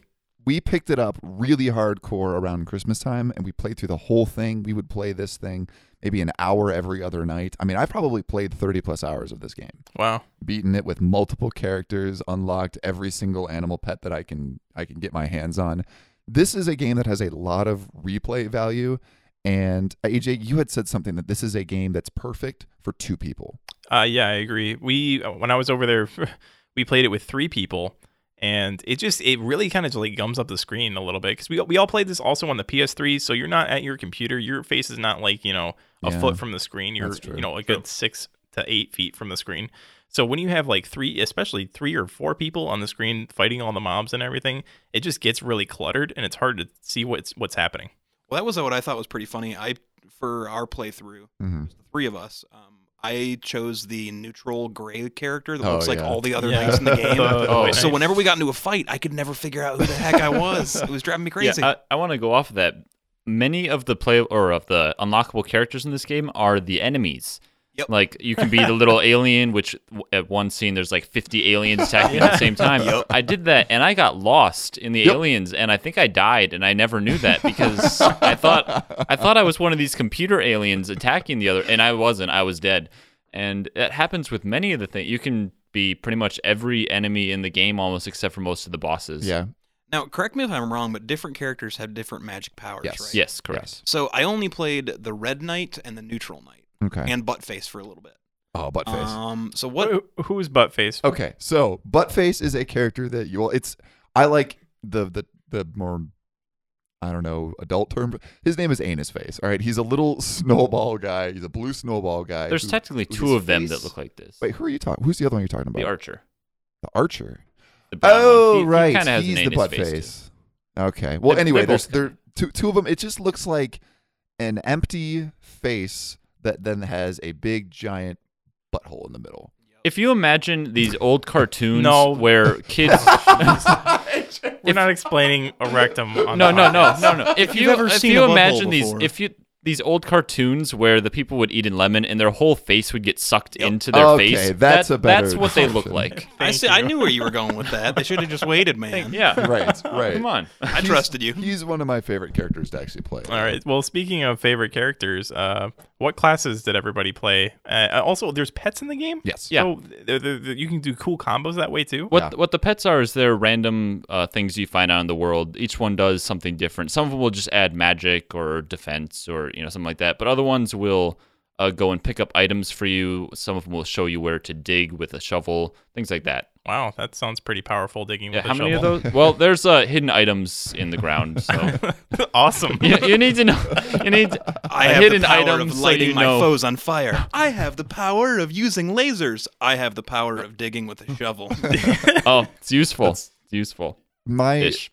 Speaker 1: we picked it up really hardcore around christmas time and we played through the whole thing we would play this thing maybe an hour every other night i mean i probably played 30 plus hours of this game
Speaker 4: Wow.
Speaker 1: beaten it with multiple characters, unlocked every single animal pet that I can I can get my hands on. This is a game that has a lot of replay value. And uh, AJ, you had said something that this is a game that's perfect for two people.
Speaker 4: Uh, yeah, I agree. We uh, when I was over there, [LAUGHS] we played it with three people, and it just it really kind of like gums up the screen a little bit because we we all played this also on the PS3. So you're not at your computer. Your face is not like you know a
Speaker 1: Yeah.
Speaker 4: foot from the screen. You're
Speaker 1: That's true.
Speaker 4: you know a good six to eight feet from the screen. So when you have like three, especially three or four people on the screen fighting all the mobs and everything, it just gets really cluttered and it's hard to see what's what's happening.
Speaker 3: Well, that was what I thought was pretty funny. I for our playthrough
Speaker 1: Mm-hmm.
Speaker 3: the three of us. Um, I chose the neutral gray character that
Speaker 1: Oh,
Speaker 3: looks like
Speaker 1: yeah.
Speaker 3: all the other
Speaker 4: Yeah.
Speaker 3: things
Speaker 4: [LAUGHS]
Speaker 3: in the game.
Speaker 4: Oh,
Speaker 3: so
Speaker 4: nice.
Speaker 3: whenever we got into a fight, I could never figure out who the heck I was. It was driving me crazy.
Speaker 2: Yeah, I, I want to go off of that. Many of the play or of the unlockable characters in this game are the enemies.
Speaker 3: Yep.
Speaker 2: Like you can be the
Speaker 3: [LAUGHS]
Speaker 2: little alien, which w- at one scene there's like 50 aliens attacking at the same time. I did that and I got lost in the aliens, and I think I died, and I never knew that
Speaker 3: [LAUGHS]
Speaker 2: because I thought I thought I was one of these computer aliens attacking the other, and I wasn't. I was dead, and that happens with many of the things. You can be pretty much every enemy in the game almost, except for most of the bosses.
Speaker 1: Yeah.
Speaker 3: now, correct me if I'm wrong, but different characters have different magic powers,
Speaker 1: Yes.
Speaker 3: right?
Speaker 2: Yes, correct.
Speaker 1: Yes.
Speaker 3: So I only played the red knight and the neutral knight
Speaker 1: Okay.
Speaker 3: and Buttface for a little bit.
Speaker 1: oh, butt face.
Speaker 2: uh,
Speaker 3: Um, so what?
Speaker 4: Who- Who's buttface?
Speaker 1: Okay, so Buttface is a character that you. Well, it's I like the the the more I don't know adult term. His name is Anus Face. All right, he's a little [LAUGHS] snowball guy. He's a blue snowball guy.
Speaker 2: There's
Speaker 1: who-
Speaker 2: technically
Speaker 1: whose
Speaker 2: two of them that
Speaker 1: face-
Speaker 2: look like this.
Speaker 1: Wait, who are you talking? Who's the other one you're talking about?
Speaker 2: the archer.
Speaker 1: The Archer.
Speaker 2: The brown one.
Speaker 1: Oh,
Speaker 2: He- he
Speaker 1: right.
Speaker 2: kinda has
Speaker 1: he's
Speaker 2: an
Speaker 1: the
Speaker 2: anus
Speaker 1: butt
Speaker 2: face,
Speaker 1: face.
Speaker 2: too.
Speaker 1: Okay. Well,
Speaker 2: They're-
Speaker 1: anyway,
Speaker 2: they're
Speaker 1: there's
Speaker 2: both
Speaker 1: there two two of them. It just looks like an empty face that then has a big giant butthole in the middle.
Speaker 2: If you
Speaker 1: [LAUGHS]
Speaker 2: imagine these old cartoons
Speaker 4: No.
Speaker 5: [LAUGHS]
Speaker 2: where kids
Speaker 4: We're not explaining a rectum. On
Speaker 2: no,
Speaker 4: the
Speaker 2: no, no,
Speaker 4: podcast.
Speaker 2: no, no. If
Speaker 5: you've
Speaker 2: you
Speaker 5: ever
Speaker 2: if
Speaker 5: seen
Speaker 2: you
Speaker 5: a butthole
Speaker 2: imagine these
Speaker 5: before.
Speaker 2: if you these old cartoons where the people would eat a lemon and their whole face would get sucked into their
Speaker 1: Okay,
Speaker 2: face.
Speaker 1: that's a better
Speaker 2: That's what they look
Speaker 1: description. [LAUGHS]
Speaker 2: like.
Speaker 3: I,
Speaker 4: Thank
Speaker 3: said- I
Speaker 4: you.
Speaker 3: knew where you were going with that. They should have just waited, man.
Speaker 2: Yeah.
Speaker 1: Right. Right.
Speaker 2: Come on.
Speaker 3: I trusted you.
Speaker 1: He's one of my favorite characters to actually play.
Speaker 4: All right. Well, speaking of favorite characters, uh, what classes did everybody play? Uh, also, there's pets in the game.
Speaker 1: Yes.
Speaker 2: Yeah.
Speaker 4: So th- th- th- you can do cool combos that way too.
Speaker 2: What what the pets are is they're random uh, things you find out in the world. Each one does something different. Some of them will just add magic or defense or you know something like that. But other ones will uh, go and pick up items for you. Some of them will show you where to dig with a shovel, things like that.
Speaker 4: Wow, that sounds pretty powerful. Digging
Speaker 2: Yeah,
Speaker 4: with a
Speaker 2: how many of
Speaker 4: shovel.
Speaker 2: those? Well, there's uh, hidden items in the ground. So
Speaker 4: [LAUGHS] awesome.
Speaker 2: you, you need to know. You need
Speaker 3: I
Speaker 2: a
Speaker 3: have
Speaker 2: hidden
Speaker 3: the power
Speaker 2: item
Speaker 3: of
Speaker 2: so
Speaker 3: lighting
Speaker 2: you
Speaker 3: my
Speaker 2: know.
Speaker 3: foes on fire. [LAUGHS] I have the power of using lasers. I have the power of digging with a shovel.
Speaker 2: Oh, it's useful. It's useful.
Speaker 1: My
Speaker 2: Ish.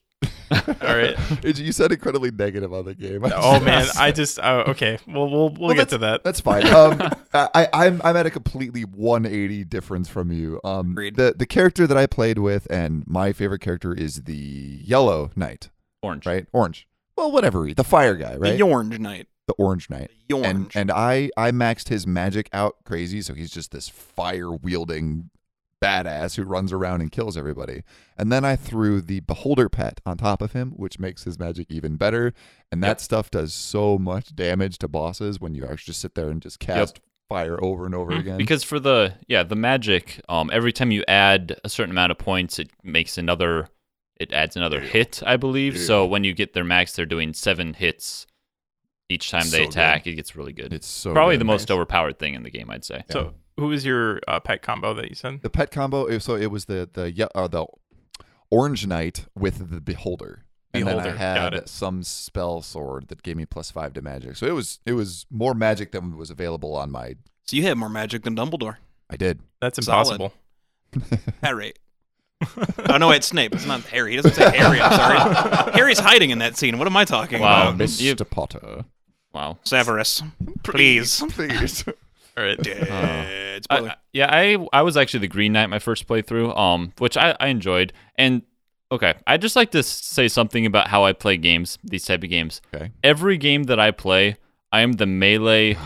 Speaker 4: [LAUGHS] All right.
Speaker 1: [LAUGHS] you said incredibly negative on the game.
Speaker 2: [LAUGHS]
Speaker 4: Oh
Speaker 1: [LAUGHS]
Speaker 4: man, I just uh, okay. Well, we'll we'll, get to that.
Speaker 1: That's fine. Um, I, I- I'm I'm at a completely 180 difference from you. Um,
Speaker 3: Agreed.
Speaker 1: the the character that I played with and my favorite character is the Yellow Knight,
Speaker 2: Orange.
Speaker 1: right? Orange. Well, whatever. he- The Fire Guy, right?
Speaker 3: The Yornge Knight.
Speaker 1: the Orange Knight.
Speaker 3: The Yornge.
Speaker 1: And and I I maxed his magic out crazy, so he's just this fire wielding badass who runs around and kills everybody. And then I threw the beholder pet on top of him, which makes his magic even better. And that stuff does so much damage to bosses when you actually just sit there and just cast fire over and over again.
Speaker 2: Mm-hmm. Because for the yeah the magic, um, every time you add a certain amount of points, it makes another. It adds another hit, I believe. So when you get their max, they're doing seven hits each time they
Speaker 1: So
Speaker 2: attack. It gets really good.
Speaker 1: it's so
Speaker 2: probably
Speaker 1: good.
Speaker 2: the most overpowered thing in the game, I'd say.
Speaker 4: So, who was your uh, pet combo that you said?
Speaker 1: the pet combo. it- So it was the the ye- uh, the orange knight with the beholder. And then I
Speaker 4: Beholder, got
Speaker 1: had
Speaker 4: it.
Speaker 1: some spell sword that gave me plus five to magic. So it was it was more magic than was available on my.
Speaker 3: So you have more magic than Dumbledore.
Speaker 1: I did.
Speaker 4: That's
Speaker 3: Solid.
Speaker 4: impossible.
Speaker 3: Harry. [LAUGHS] oh no, it's Snape. It's not Harry. He doesn't say Harry. I'm sorry. Harry's hiding in that scene. What am I talking
Speaker 2: Wow.
Speaker 3: about?
Speaker 1: Mr.
Speaker 2: you-
Speaker 1: Potter.
Speaker 2: Wow.
Speaker 3: Severus,
Speaker 2: Uh.
Speaker 1: [LAUGHS]
Speaker 3: please.
Speaker 1: Please.
Speaker 4: All right.
Speaker 3: Dead
Speaker 2: I-
Speaker 3: spoiler.
Speaker 2: I- yeah, I I was actually the Green Knight my first playthrough, um, which I, I enjoyed. And okay, I just like to s- say something about how I play games, these type of games.
Speaker 1: Okay.
Speaker 2: Every game that I play, I am the melee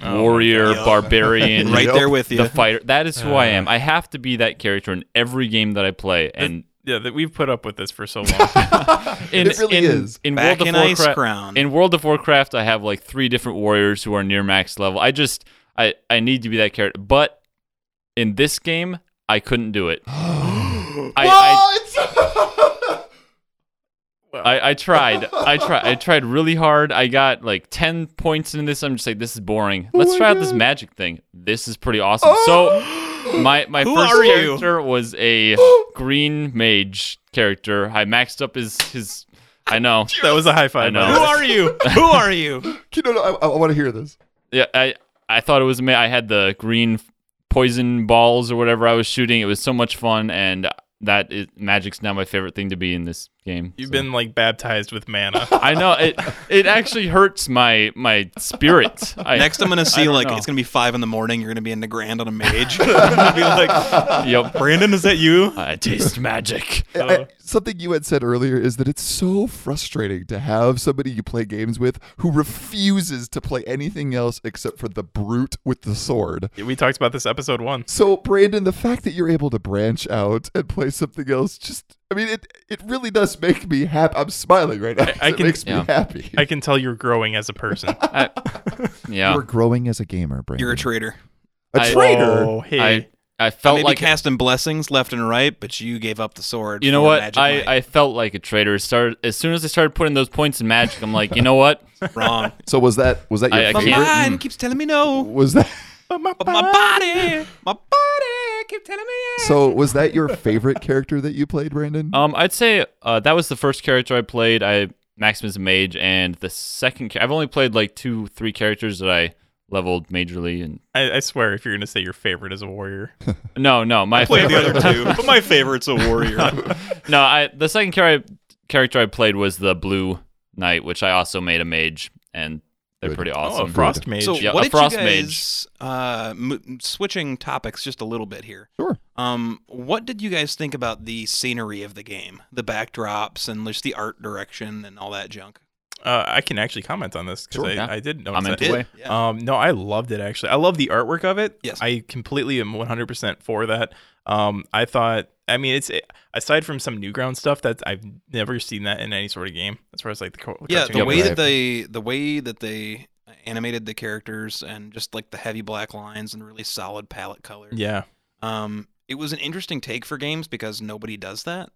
Speaker 4: my
Speaker 2: warrior,
Speaker 3: God.
Speaker 2: barbarian,
Speaker 3: [LAUGHS] right there with you.
Speaker 2: the fighter. That is who I am. I have to be that character in every game that I play. And
Speaker 3: [LAUGHS]
Speaker 4: Yeah, that we've put up with
Speaker 2: [LAUGHS]
Speaker 4: this for so long. [LAUGHS]
Speaker 2: in,
Speaker 1: It really
Speaker 2: in,
Speaker 1: is.
Speaker 2: In
Speaker 3: Back
Speaker 2: World
Speaker 3: in
Speaker 2: of
Speaker 3: Ice
Speaker 2: Warcraft,
Speaker 3: Crown.
Speaker 2: in World of Warcraft, I have like three different warriors who are near max level. I just I I need to be that character, but in this game, I couldn't do
Speaker 3: [GASPS]
Speaker 2: it. [GASPS] I, I,
Speaker 1: [LAUGHS] What?
Speaker 2: I, I tried. I tried. I tried really hard. I got like ten points into this. I'm just like, this is boring.
Speaker 3: Oh
Speaker 2: Let's try out this magic thing. This is pretty awesome.
Speaker 3: [GASPS]
Speaker 2: So [GASPS] my my
Speaker 3: Who
Speaker 2: first
Speaker 3: are you?
Speaker 2: character was a green mage character. I maxed up his his. I know.
Speaker 4: that was a high five.
Speaker 2: I know.
Speaker 4: by
Speaker 3: Who
Speaker 4: the way.
Speaker 3: are you? Who are you?
Speaker 1: no, no, I, want to hear this.
Speaker 2: Yeah, I I thought it was ama- I had the green poison balls or whatever I was shooting. It was so much fun, and that is, magic's now my favorite thing to be in this game.
Speaker 4: You've
Speaker 2: so.
Speaker 4: been like baptized with
Speaker 2: [LAUGHS]
Speaker 4: mana.
Speaker 2: I know it. It actually hurts my my spirit. I,
Speaker 3: Next, I'm gonna see
Speaker 2: don't
Speaker 3: like
Speaker 2: know.
Speaker 3: it's gonna be five in the morning. You're gonna be in the grand on a mage. I'm gonna be like,
Speaker 2: yep.
Speaker 3: Brandon, is that you?
Speaker 2: I taste magic.
Speaker 1: I- I- something you had said earlier is that it's so frustrating to have somebody you play games with who refuses to play anything else except for the brute with the sword.
Speaker 4: we talked about this episode one.
Speaker 1: So, Brandon, the fact that you're able to branch out and play something else, just I mean, it it really does make me happy. I'm smiling right now. [LAUGHS] 'cause
Speaker 4: I
Speaker 1: it
Speaker 4: can-
Speaker 1: makes
Speaker 2: yeah.
Speaker 1: me happy.
Speaker 4: I can tell you're growing as
Speaker 3: [LAUGHS]
Speaker 4: a person.
Speaker 2: Yeah.
Speaker 1: You're growing as a gamer, Brandon.
Speaker 3: You're a traitor.
Speaker 1: a
Speaker 2: I-
Speaker 1: traitor.
Speaker 4: oh, hey.
Speaker 2: I I
Speaker 3: I
Speaker 2: felt
Speaker 3: may
Speaker 2: like
Speaker 3: be casting blessings left and right, but you gave up the sword.
Speaker 2: you know
Speaker 3: for
Speaker 2: what
Speaker 3: Magic
Speaker 2: I,
Speaker 3: Mike.
Speaker 2: I felt like a traitor. Started as soon as I started putting those points in magic. I'm like, you know what?
Speaker 3: [LAUGHS]
Speaker 2: [LAUGHS]
Speaker 3: wrong.
Speaker 1: So was that was that your
Speaker 2: I- I
Speaker 3: My
Speaker 2: can't-
Speaker 1: favorite?
Speaker 3: mind keeps telling me no,
Speaker 1: Was that
Speaker 3: but my body, my body keep telling me. yeah.
Speaker 1: [LAUGHS] So was that your favorite character that you played, Brandon?
Speaker 2: Um, I'd say uh, that was the first character I played. I Maximus Mage, and the second. cha- I've only played like two, three characters that I leveled majorly, and
Speaker 4: I, I swear, if you're gonna say your favorite is a warrior,
Speaker 2: no, no, my
Speaker 3: Play [LAUGHS] the
Speaker 2: favorite-
Speaker 3: other two, but my favorite's a warrior.
Speaker 2: [LAUGHS] no, I the second char- character I played was the Blue Knight, which I also made a mage, and they're
Speaker 1: Good.
Speaker 2: pretty
Speaker 4: oh,
Speaker 2: awesome.
Speaker 4: a frost
Speaker 3: [LAUGHS]
Speaker 4: mage.
Speaker 3: So
Speaker 2: Yeah,
Speaker 3: what
Speaker 2: a
Speaker 3: did
Speaker 2: frost
Speaker 3: you
Speaker 2: mage.
Speaker 3: guys? Uh, m- switching topics just a little bit here.
Speaker 1: Sure.
Speaker 3: Um, what did you guys think about the scenery of the game, the backdrops, and just the art direction and all that junk?
Speaker 4: uh, I can actually comment on this because
Speaker 2: Sure,
Speaker 4: I,
Speaker 2: yeah.
Speaker 4: I did notice
Speaker 2: I'm
Speaker 4: that.
Speaker 2: into it.
Speaker 3: Yeah.
Speaker 4: Um, no, I loved it actually. I love the artwork of it.
Speaker 3: Yes.
Speaker 4: I completely am 100% for that. Um, I thought, I mean, it's aside from some Newground stuff that I've never seen that in any sort of game. As far as like the co-
Speaker 3: yeah,
Speaker 4: cartoon
Speaker 3: the way
Speaker 4: goes.
Speaker 1: right.
Speaker 3: that they the way that they animated the characters and just like the heavy black lines and really solid palette color.
Speaker 4: yeah,
Speaker 3: Um, it was an interesting take for games because nobody does that.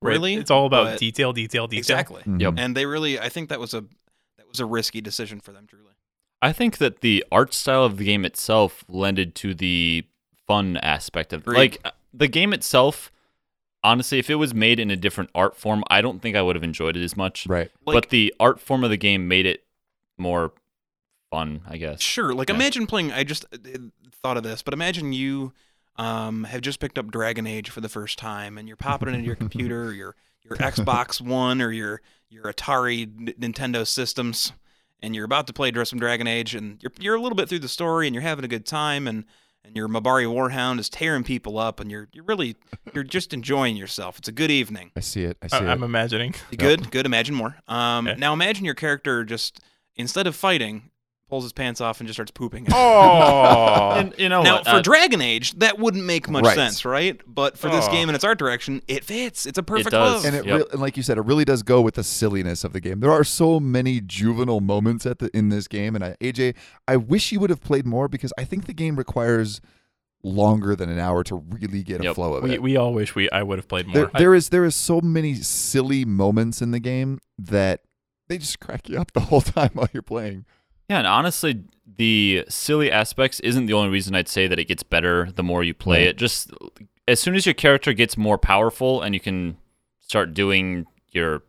Speaker 4: right.
Speaker 3: Really?
Speaker 4: it's all about Mm-hmm.
Speaker 3: But-
Speaker 4: detail, detail, detail.
Speaker 3: Exactly.
Speaker 1: Mhm.
Speaker 2: Yep.
Speaker 3: And they really, I think that was a that was a risky decision for them. Truly.
Speaker 2: I think that the art style of the game itself lended to the fun aspect of it.
Speaker 3: Agreed.
Speaker 2: Like uh, the game itself, honestly, if it was made in a different art form, I don't think I would have enjoyed it as much.
Speaker 1: Right.
Speaker 3: Like-
Speaker 2: but the art form of the game made it more fun, I guess.
Speaker 3: Sure. Like
Speaker 2: Yeah.
Speaker 3: imagine playing. I just uh, thought of this, but imagine you um, have just picked up Dragon Age for the first time, and you're popping it into your computer, or your your Xbox One, or your your Atari N- Nintendo systems, and you're about to play dr- some Dragon Age, and you're you're a little bit through the story, and you're having a good time, and and your Mabari Warhound is tearing people up, and you're you're really you're just enjoying yourself. It's a good evening.
Speaker 1: I see it. I see
Speaker 4: I-
Speaker 1: it.
Speaker 4: I'm imagining. [LAUGHS]
Speaker 3: You Good, good. Imagine more. Um,
Speaker 4: Yeah.
Speaker 3: Now imagine your character just instead of fighting, pulls his pants off and just starts pooping. [LAUGHS]
Speaker 4: Oh,
Speaker 2: And you know
Speaker 3: now
Speaker 2: what?
Speaker 3: for
Speaker 2: uh,
Speaker 3: Dragon Age, that wouldn't make much
Speaker 1: Right.
Speaker 3: sense, right? But for this
Speaker 4: Oh.
Speaker 3: game and its art direction, it fits. It's a perfect
Speaker 2: does.
Speaker 1: and
Speaker 3: love.
Speaker 1: it
Speaker 2: Yep.
Speaker 1: real and like you said, it really does go with the silliness of the game. There are so many juvenile moments at the in this game, and I, AJ, I wish you would have played more because I think the game requires longer than an hour to really get a
Speaker 2: Yep.
Speaker 1: flow of
Speaker 4: we,
Speaker 1: it.
Speaker 4: we all wish we I would have played more.
Speaker 1: there, there is there is so many silly moments in the game that they just crack you up the whole [LAUGHS] time while you're playing.
Speaker 2: yeah, and honestly, the silly aspects isn't the only reason I'd say that it gets better the more you play it. Just as soon as your character gets more powerful and you can start doing your,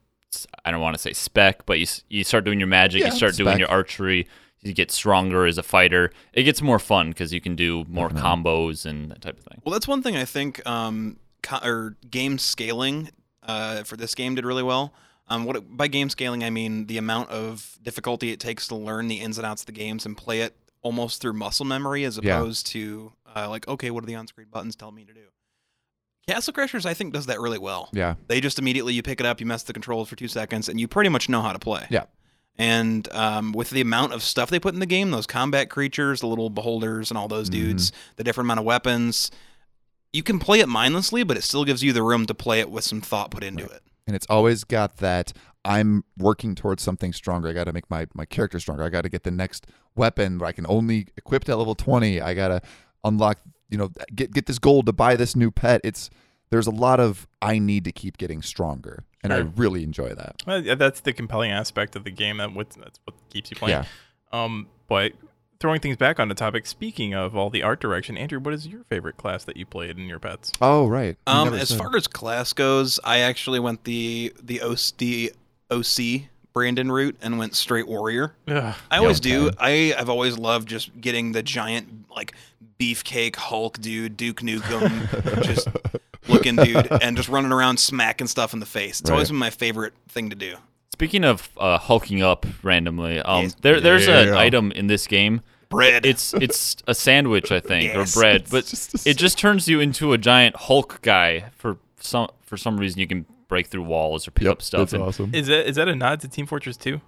Speaker 2: I don't want to say spec, but you s- you start doing your magic,
Speaker 1: Yeah,
Speaker 2: you start doing
Speaker 1: spec.
Speaker 2: your archery, you get stronger as a fighter. It gets more fun because you can do more combos and that type of thing.
Speaker 3: Well, that's one thing I think um, co- or game scaling uh, for this game did really well. Um, what it- by game scaling I mean the amount of difficulty it takes to learn the ins and outs of the games and play it almost through muscle memory, as
Speaker 1: Yeah.
Speaker 3: opposed to uh, like, okay, what are the on-screen buttons telling me to do? Castle Crashers, I think, does that really well.
Speaker 1: Yeah,
Speaker 3: They just immediately you pick it up, you mess the controls for two seconds, and you pretty much know how to play.
Speaker 1: Yeah.
Speaker 3: And um, with the amount of stuff they put in the game, those combat creatures, the little beholders, and all those
Speaker 1: Mhm.
Speaker 3: dudes, the different amount of weapons, you can play it mindlessly, but it still gives you the room to play it with some thought put into it.
Speaker 1: and it's always got that I'm working towards something stronger. I got to make my my character stronger. I got to get the next weapon where I can only equip to level 20. I got to unlock, you know, get get this gold to buy this new pet. It's there's a lot of I need to keep getting stronger, and I
Speaker 4: Sure.
Speaker 1: really enjoy that.
Speaker 4: Well, yeah, that's the compelling aspect of the game. That what that's what keeps you playing.
Speaker 1: Yeah.
Speaker 4: Um, but throwing things back on the topic. Speaking of all the art direction, Andrew, what is your favorite class that you played in your pets?
Speaker 1: Oh right. You
Speaker 3: Um,
Speaker 1: never
Speaker 3: as
Speaker 1: said. [LAUGHS]
Speaker 3: far as class goes, I actually went the the OC, the OC Brandon route and went straight warrior.
Speaker 4: Ugh.
Speaker 3: I always
Speaker 1: okay.
Speaker 3: do. I I've always loved just getting the giant like beefcake Hulk dude, Duke Nukem, just looking dude, and just running around smacking stuff in the face. It's always
Speaker 1: Right.
Speaker 3: been my favorite thing to do.
Speaker 2: Speaking of uh, hulking up randomly, um,
Speaker 3: Yes.
Speaker 2: there there's an
Speaker 1: Yeah.
Speaker 2: item in this game
Speaker 3: Bread.
Speaker 2: it's it's a sandwich, I think,
Speaker 3: Yes.
Speaker 2: or bread, but
Speaker 1: just a
Speaker 2: it just turns you into a giant Hulk guy for some for some reason. You can break through walls or pick up stuff.
Speaker 1: That's
Speaker 2: and
Speaker 1: awesome.
Speaker 4: Is that is that a nod to Team Fortress 2?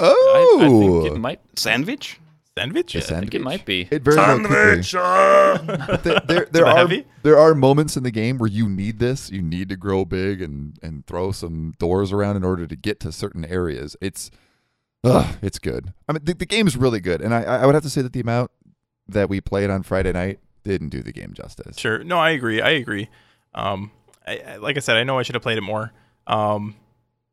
Speaker 1: oh,
Speaker 2: I, I think it might.
Speaker 3: sandwich.
Speaker 4: Sandwich?
Speaker 1: Yes,
Speaker 2: I think
Speaker 1: Sandwich.
Speaker 2: it might be.
Speaker 1: It very well could be. But there, there, there
Speaker 4: that
Speaker 1: are
Speaker 4: heavy?
Speaker 1: there are moments in the game where you need this. You need to grow big and and throw some doors around in order to get to certain areas. It's, ugh, it's good. I mean, the, the game's really good, and I I would have to say that the amount that we played on Friday night didn't do the game justice.
Speaker 4: [LAUGHS] Sure. No, I agree. I agree. Um, I, I, like I said, I know I should have played it more. Um,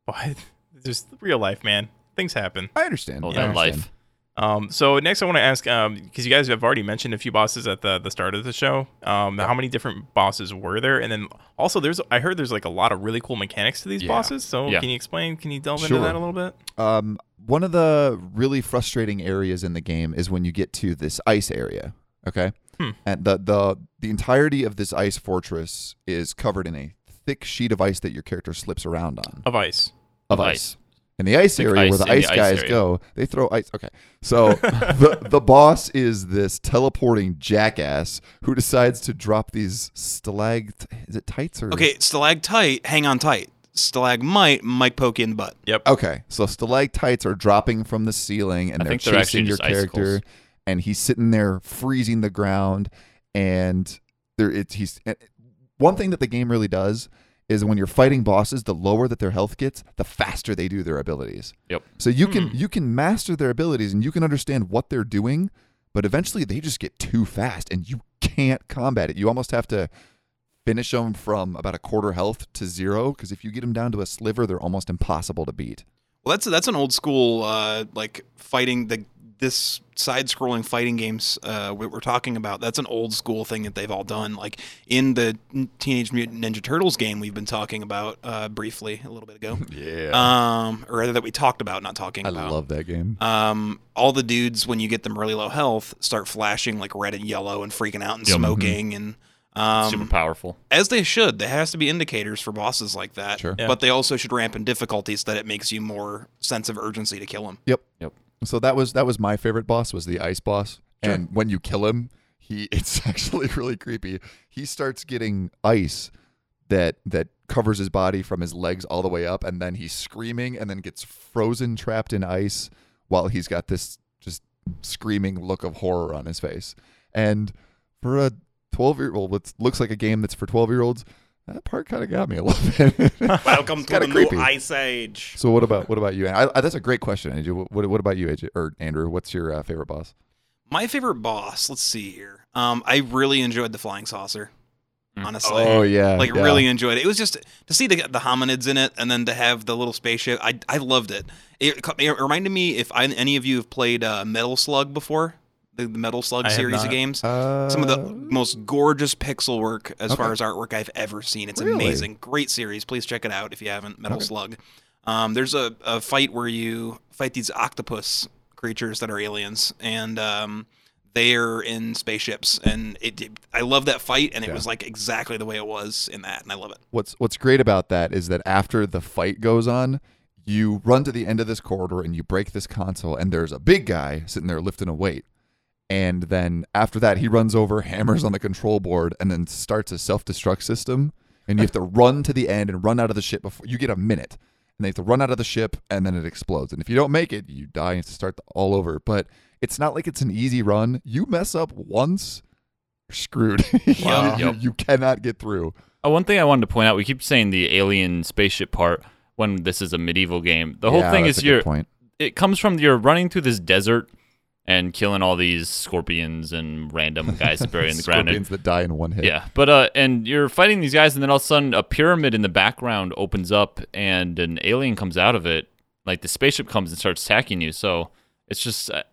Speaker 4: but [LAUGHS] just real life, man. Things happen.
Speaker 1: I understand.
Speaker 2: Oh,
Speaker 1: I
Speaker 2: that
Speaker 1: understand.
Speaker 2: life.
Speaker 4: Um, so next, I want to ask because you guys have already mentioned a few bosses at the the start of the show. Um, How many different bosses were there? And then also, there's I heard there's like a lot of really cool mechanics to these
Speaker 1: Yeah.
Speaker 4: bosses. So
Speaker 2: Yeah.
Speaker 4: can you explain? Can you delve
Speaker 1: Sure.
Speaker 4: into that a little bit?
Speaker 1: Um, one of the really frustrating areas in the game is when you get to this ice area. Okay,
Speaker 4: Hmm.
Speaker 1: and the the the entirety of this ice fortress is covered in a thick sheet of ice that your character slips around on
Speaker 4: Of ice.
Speaker 1: of
Speaker 2: Of
Speaker 1: ice.
Speaker 2: ice.
Speaker 1: In the ice
Speaker 2: Thick
Speaker 1: area where the
Speaker 2: ice in
Speaker 1: ice
Speaker 2: the ice
Speaker 1: guys
Speaker 2: area.
Speaker 1: go, they throw ice. Okay, so the the boss is this teleporting jackass who decides to drop these stalag. Is it tights or
Speaker 3: Okay, stalactite, hang on tight. Stalagmite, Mike poke you in the butt.
Speaker 4: Yep.
Speaker 1: Okay, so stalactites are dropping from the ceiling, and
Speaker 2: I
Speaker 1: they're
Speaker 2: think they're actually
Speaker 1: chasing your
Speaker 2: just icicles.
Speaker 1: character, and he's sitting there freezing the ground, and there it's he's and one thing that the game really does is when you're fighting bosses, the lower that their health gets, the faster they do their abilities.
Speaker 2: Yep. Hmm.
Speaker 1: So you can you can master their abilities and you can understand what they're doing, but eventually they just get too fast and you can't combat it. You almost have to finish them from about a quarter health to zero because if you get them down to a sliver, they're almost impossible to beat.
Speaker 3: Well, that's that's an old school uh, like fighting the this side scrolling fighting games uh, we- we're talking about. That's an old school thing that they've all done. Like in the Teenage Mutant Ninja Turtles game we've been talking about uh, briefly a little bit ago,
Speaker 1: [LAUGHS] Yeah,
Speaker 3: um, or rather that we talked about, not talking
Speaker 1: I
Speaker 3: about.
Speaker 1: love that game.
Speaker 3: um, all the dudes when you get them really low health start flashing like red and yellow and freaking out and
Speaker 2: Yep.
Speaker 1: mm-hmm.
Speaker 3: smoking and um,
Speaker 2: Super powerful.
Speaker 3: as they should. There has to be indicators for bosses like that.
Speaker 1: Sure.
Speaker 4: Yeah.
Speaker 3: But they also should ramp in difficulties that it makes you more sense of urgency to kill them.
Speaker 1: Yep.
Speaker 2: Yep.
Speaker 1: So that was that was my favorite boss was the ice boss, and when you kill him, he [LAUGHS] it's actually really creepy. He starts getting ice that that covers his body from his legs all the way up, and then he's screaming, and then gets frozen trapped in ice while he's got this just screaming look of horror on his face. And for a twelve year old, what looks like a game that's for twelve year olds, that part kind of got me a little bit. [LAUGHS]
Speaker 5: Welcome to
Speaker 1: kinda
Speaker 5: the new
Speaker 1: creepy.
Speaker 5: Ice Age.
Speaker 1: So what about what about you? I, I, that's a great question, Andrew. What, what about you, AJ, or Andrew? What's your uh, favorite boss?
Speaker 3: My favorite boss, let's see here. Um, I really enjoyed the flying saucer,
Speaker 2: Mm.
Speaker 3: honestly.
Speaker 1: Oh, yeah,
Speaker 3: like really enjoyed it. It was just to see the the hominids in it, and then to have the little spaceship. I I loved it. It, co- it reminded me if I, any of you have played uh, Metal Slug before, the, the Metal Slug
Speaker 4: I have
Speaker 3: series
Speaker 4: not.
Speaker 3: of games.
Speaker 1: Uh,
Speaker 3: some of the most gorgeous pixel work as far
Speaker 1: Okay.
Speaker 3: as artwork I've ever seen. It's
Speaker 1: Really?
Speaker 3: amazing. Great series. Please check it out if you haven't. Metal Slug. Um, there's a, a fight where you fight these octopus creatures that are aliens, and um, they're in spaceships. And it, it- I love that fight, and it
Speaker 1: Yeah.
Speaker 3: was like exactly the way it was in that, and I love it.
Speaker 1: what's what's great about that is that after the fight goes on, you run to the end of this corridor and you break this console, and there's a big guy sitting there lifting a weight. And then after that, he runs over, [LAUGHS] hammers on the control board, and then starts a self-destruct system. And you have to run to the end and run out of the ship before you get a minute. And they have to run out of the ship, and then it explodes. And if you don't make it, you die and have to start all over. But it's not like it's an easy run. You mess up once, you're screwed. [LAUGHS] You-
Speaker 2: Wow.
Speaker 1: you, you cannot get through.
Speaker 2: Oh, one thing I wanted to point out: we keep saying the alien spaceship part when this is a medieval game. The whole
Speaker 1: Yeah,
Speaker 2: thing
Speaker 1: that's
Speaker 2: is
Speaker 1: a good
Speaker 2: you're
Speaker 1: point.
Speaker 2: it comes from you're running through this desert and killing all these scorpions and random guys buried
Speaker 1: [LAUGHS]
Speaker 2: in the ground. And-
Speaker 1: Scorpions that die in one [LAUGHS] hit.
Speaker 2: yeah, but uh, and you're fighting these guys, and then all of a sudden, a pyramid in the background opens up, and an alien comes out of it. Like the spaceship comes and starts attacking you. So it's just uh,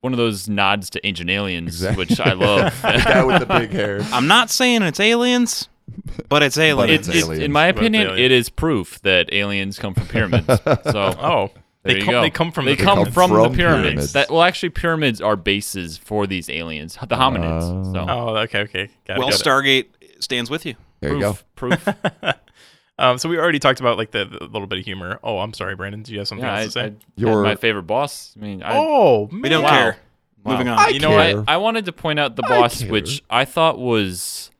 Speaker 2: one of those nods to ancient aliens,
Speaker 1: Exactly.
Speaker 2: which I love.
Speaker 1: [LAUGHS] the
Speaker 2: [LAUGHS]
Speaker 1: guy with the big hair.
Speaker 3: I'm not saying it's aliens,
Speaker 1: [LAUGHS]
Speaker 3: but it's aliens.
Speaker 2: it's, it's-
Speaker 1: aliens.
Speaker 2: in my
Speaker 4: But it's
Speaker 2: opinion,
Speaker 4: aliens.
Speaker 2: it is proof that aliens come
Speaker 1: [LAUGHS]
Speaker 2: from pyramids. So
Speaker 4: Oh,
Speaker 2: there
Speaker 4: they
Speaker 2: you
Speaker 4: come.
Speaker 2: go.
Speaker 4: They come from.
Speaker 2: they
Speaker 4: the
Speaker 2: come,
Speaker 1: pyramids.
Speaker 2: from,
Speaker 1: From
Speaker 2: the pyramids.
Speaker 1: pyramids.
Speaker 2: That well, actually, pyramids are bases for these aliens, the hominids.
Speaker 1: Oh.
Speaker 2: so
Speaker 4: Oh, okay, okay. Got it,
Speaker 3: well,
Speaker 4: got it.
Speaker 3: Stargate stands with you.
Speaker 1: There you go.
Speaker 2: proof,
Speaker 4: [LAUGHS]
Speaker 2: proof.
Speaker 4: Um, so we already talked about like the, the little bit of humor. Oh, I'm sorry, Brandon. Do you have something
Speaker 2: yeah, I,
Speaker 4: else to say?
Speaker 2: I-
Speaker 1: Your-
Speaker 2: my favorite boss. I mean, I,
Speaker 4: oh, man.
Speaker 3: We don't
Speaker 2: Wow.
Speaker 3: care. Moving on.
Speaker 1: I
Speaker 4: You know
Speaker 1: care.
Speaker 4: what?
Speaker 2: I, I wanted to point out the boss,
Speaker 1: care.
Speaker 2: which I thought was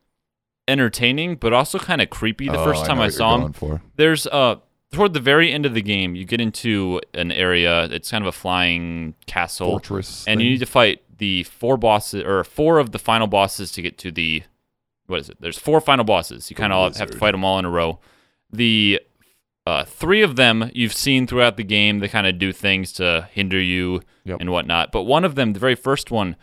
Speaker 2: entertaining, but also kind of creepy the
Speaker 1: Oh,
Speaker 2: first time
Speaker 1: know
Speaker 2: I,
Speaker 1: what you're
Speaker 2: saw him.
Speaker 1: going for.
Speaker 2: There's uh toward the very end of the game, you get into an area. It's kind of a flying castle,
Speaker 1: Fortress.
Speaker 2: and you need to fight the four bosses or four of the final bosses to get to the what is it? There's four final bosses. You kind of have to
Speaker 1: wizard.
Speaker 2: fight them all in a row. The uh, three of them you've seen throughout the game. They kind of do things to hinder you
Speaker 1: Yep.
Speaker 2: and whatnot. But one of them, the very first one,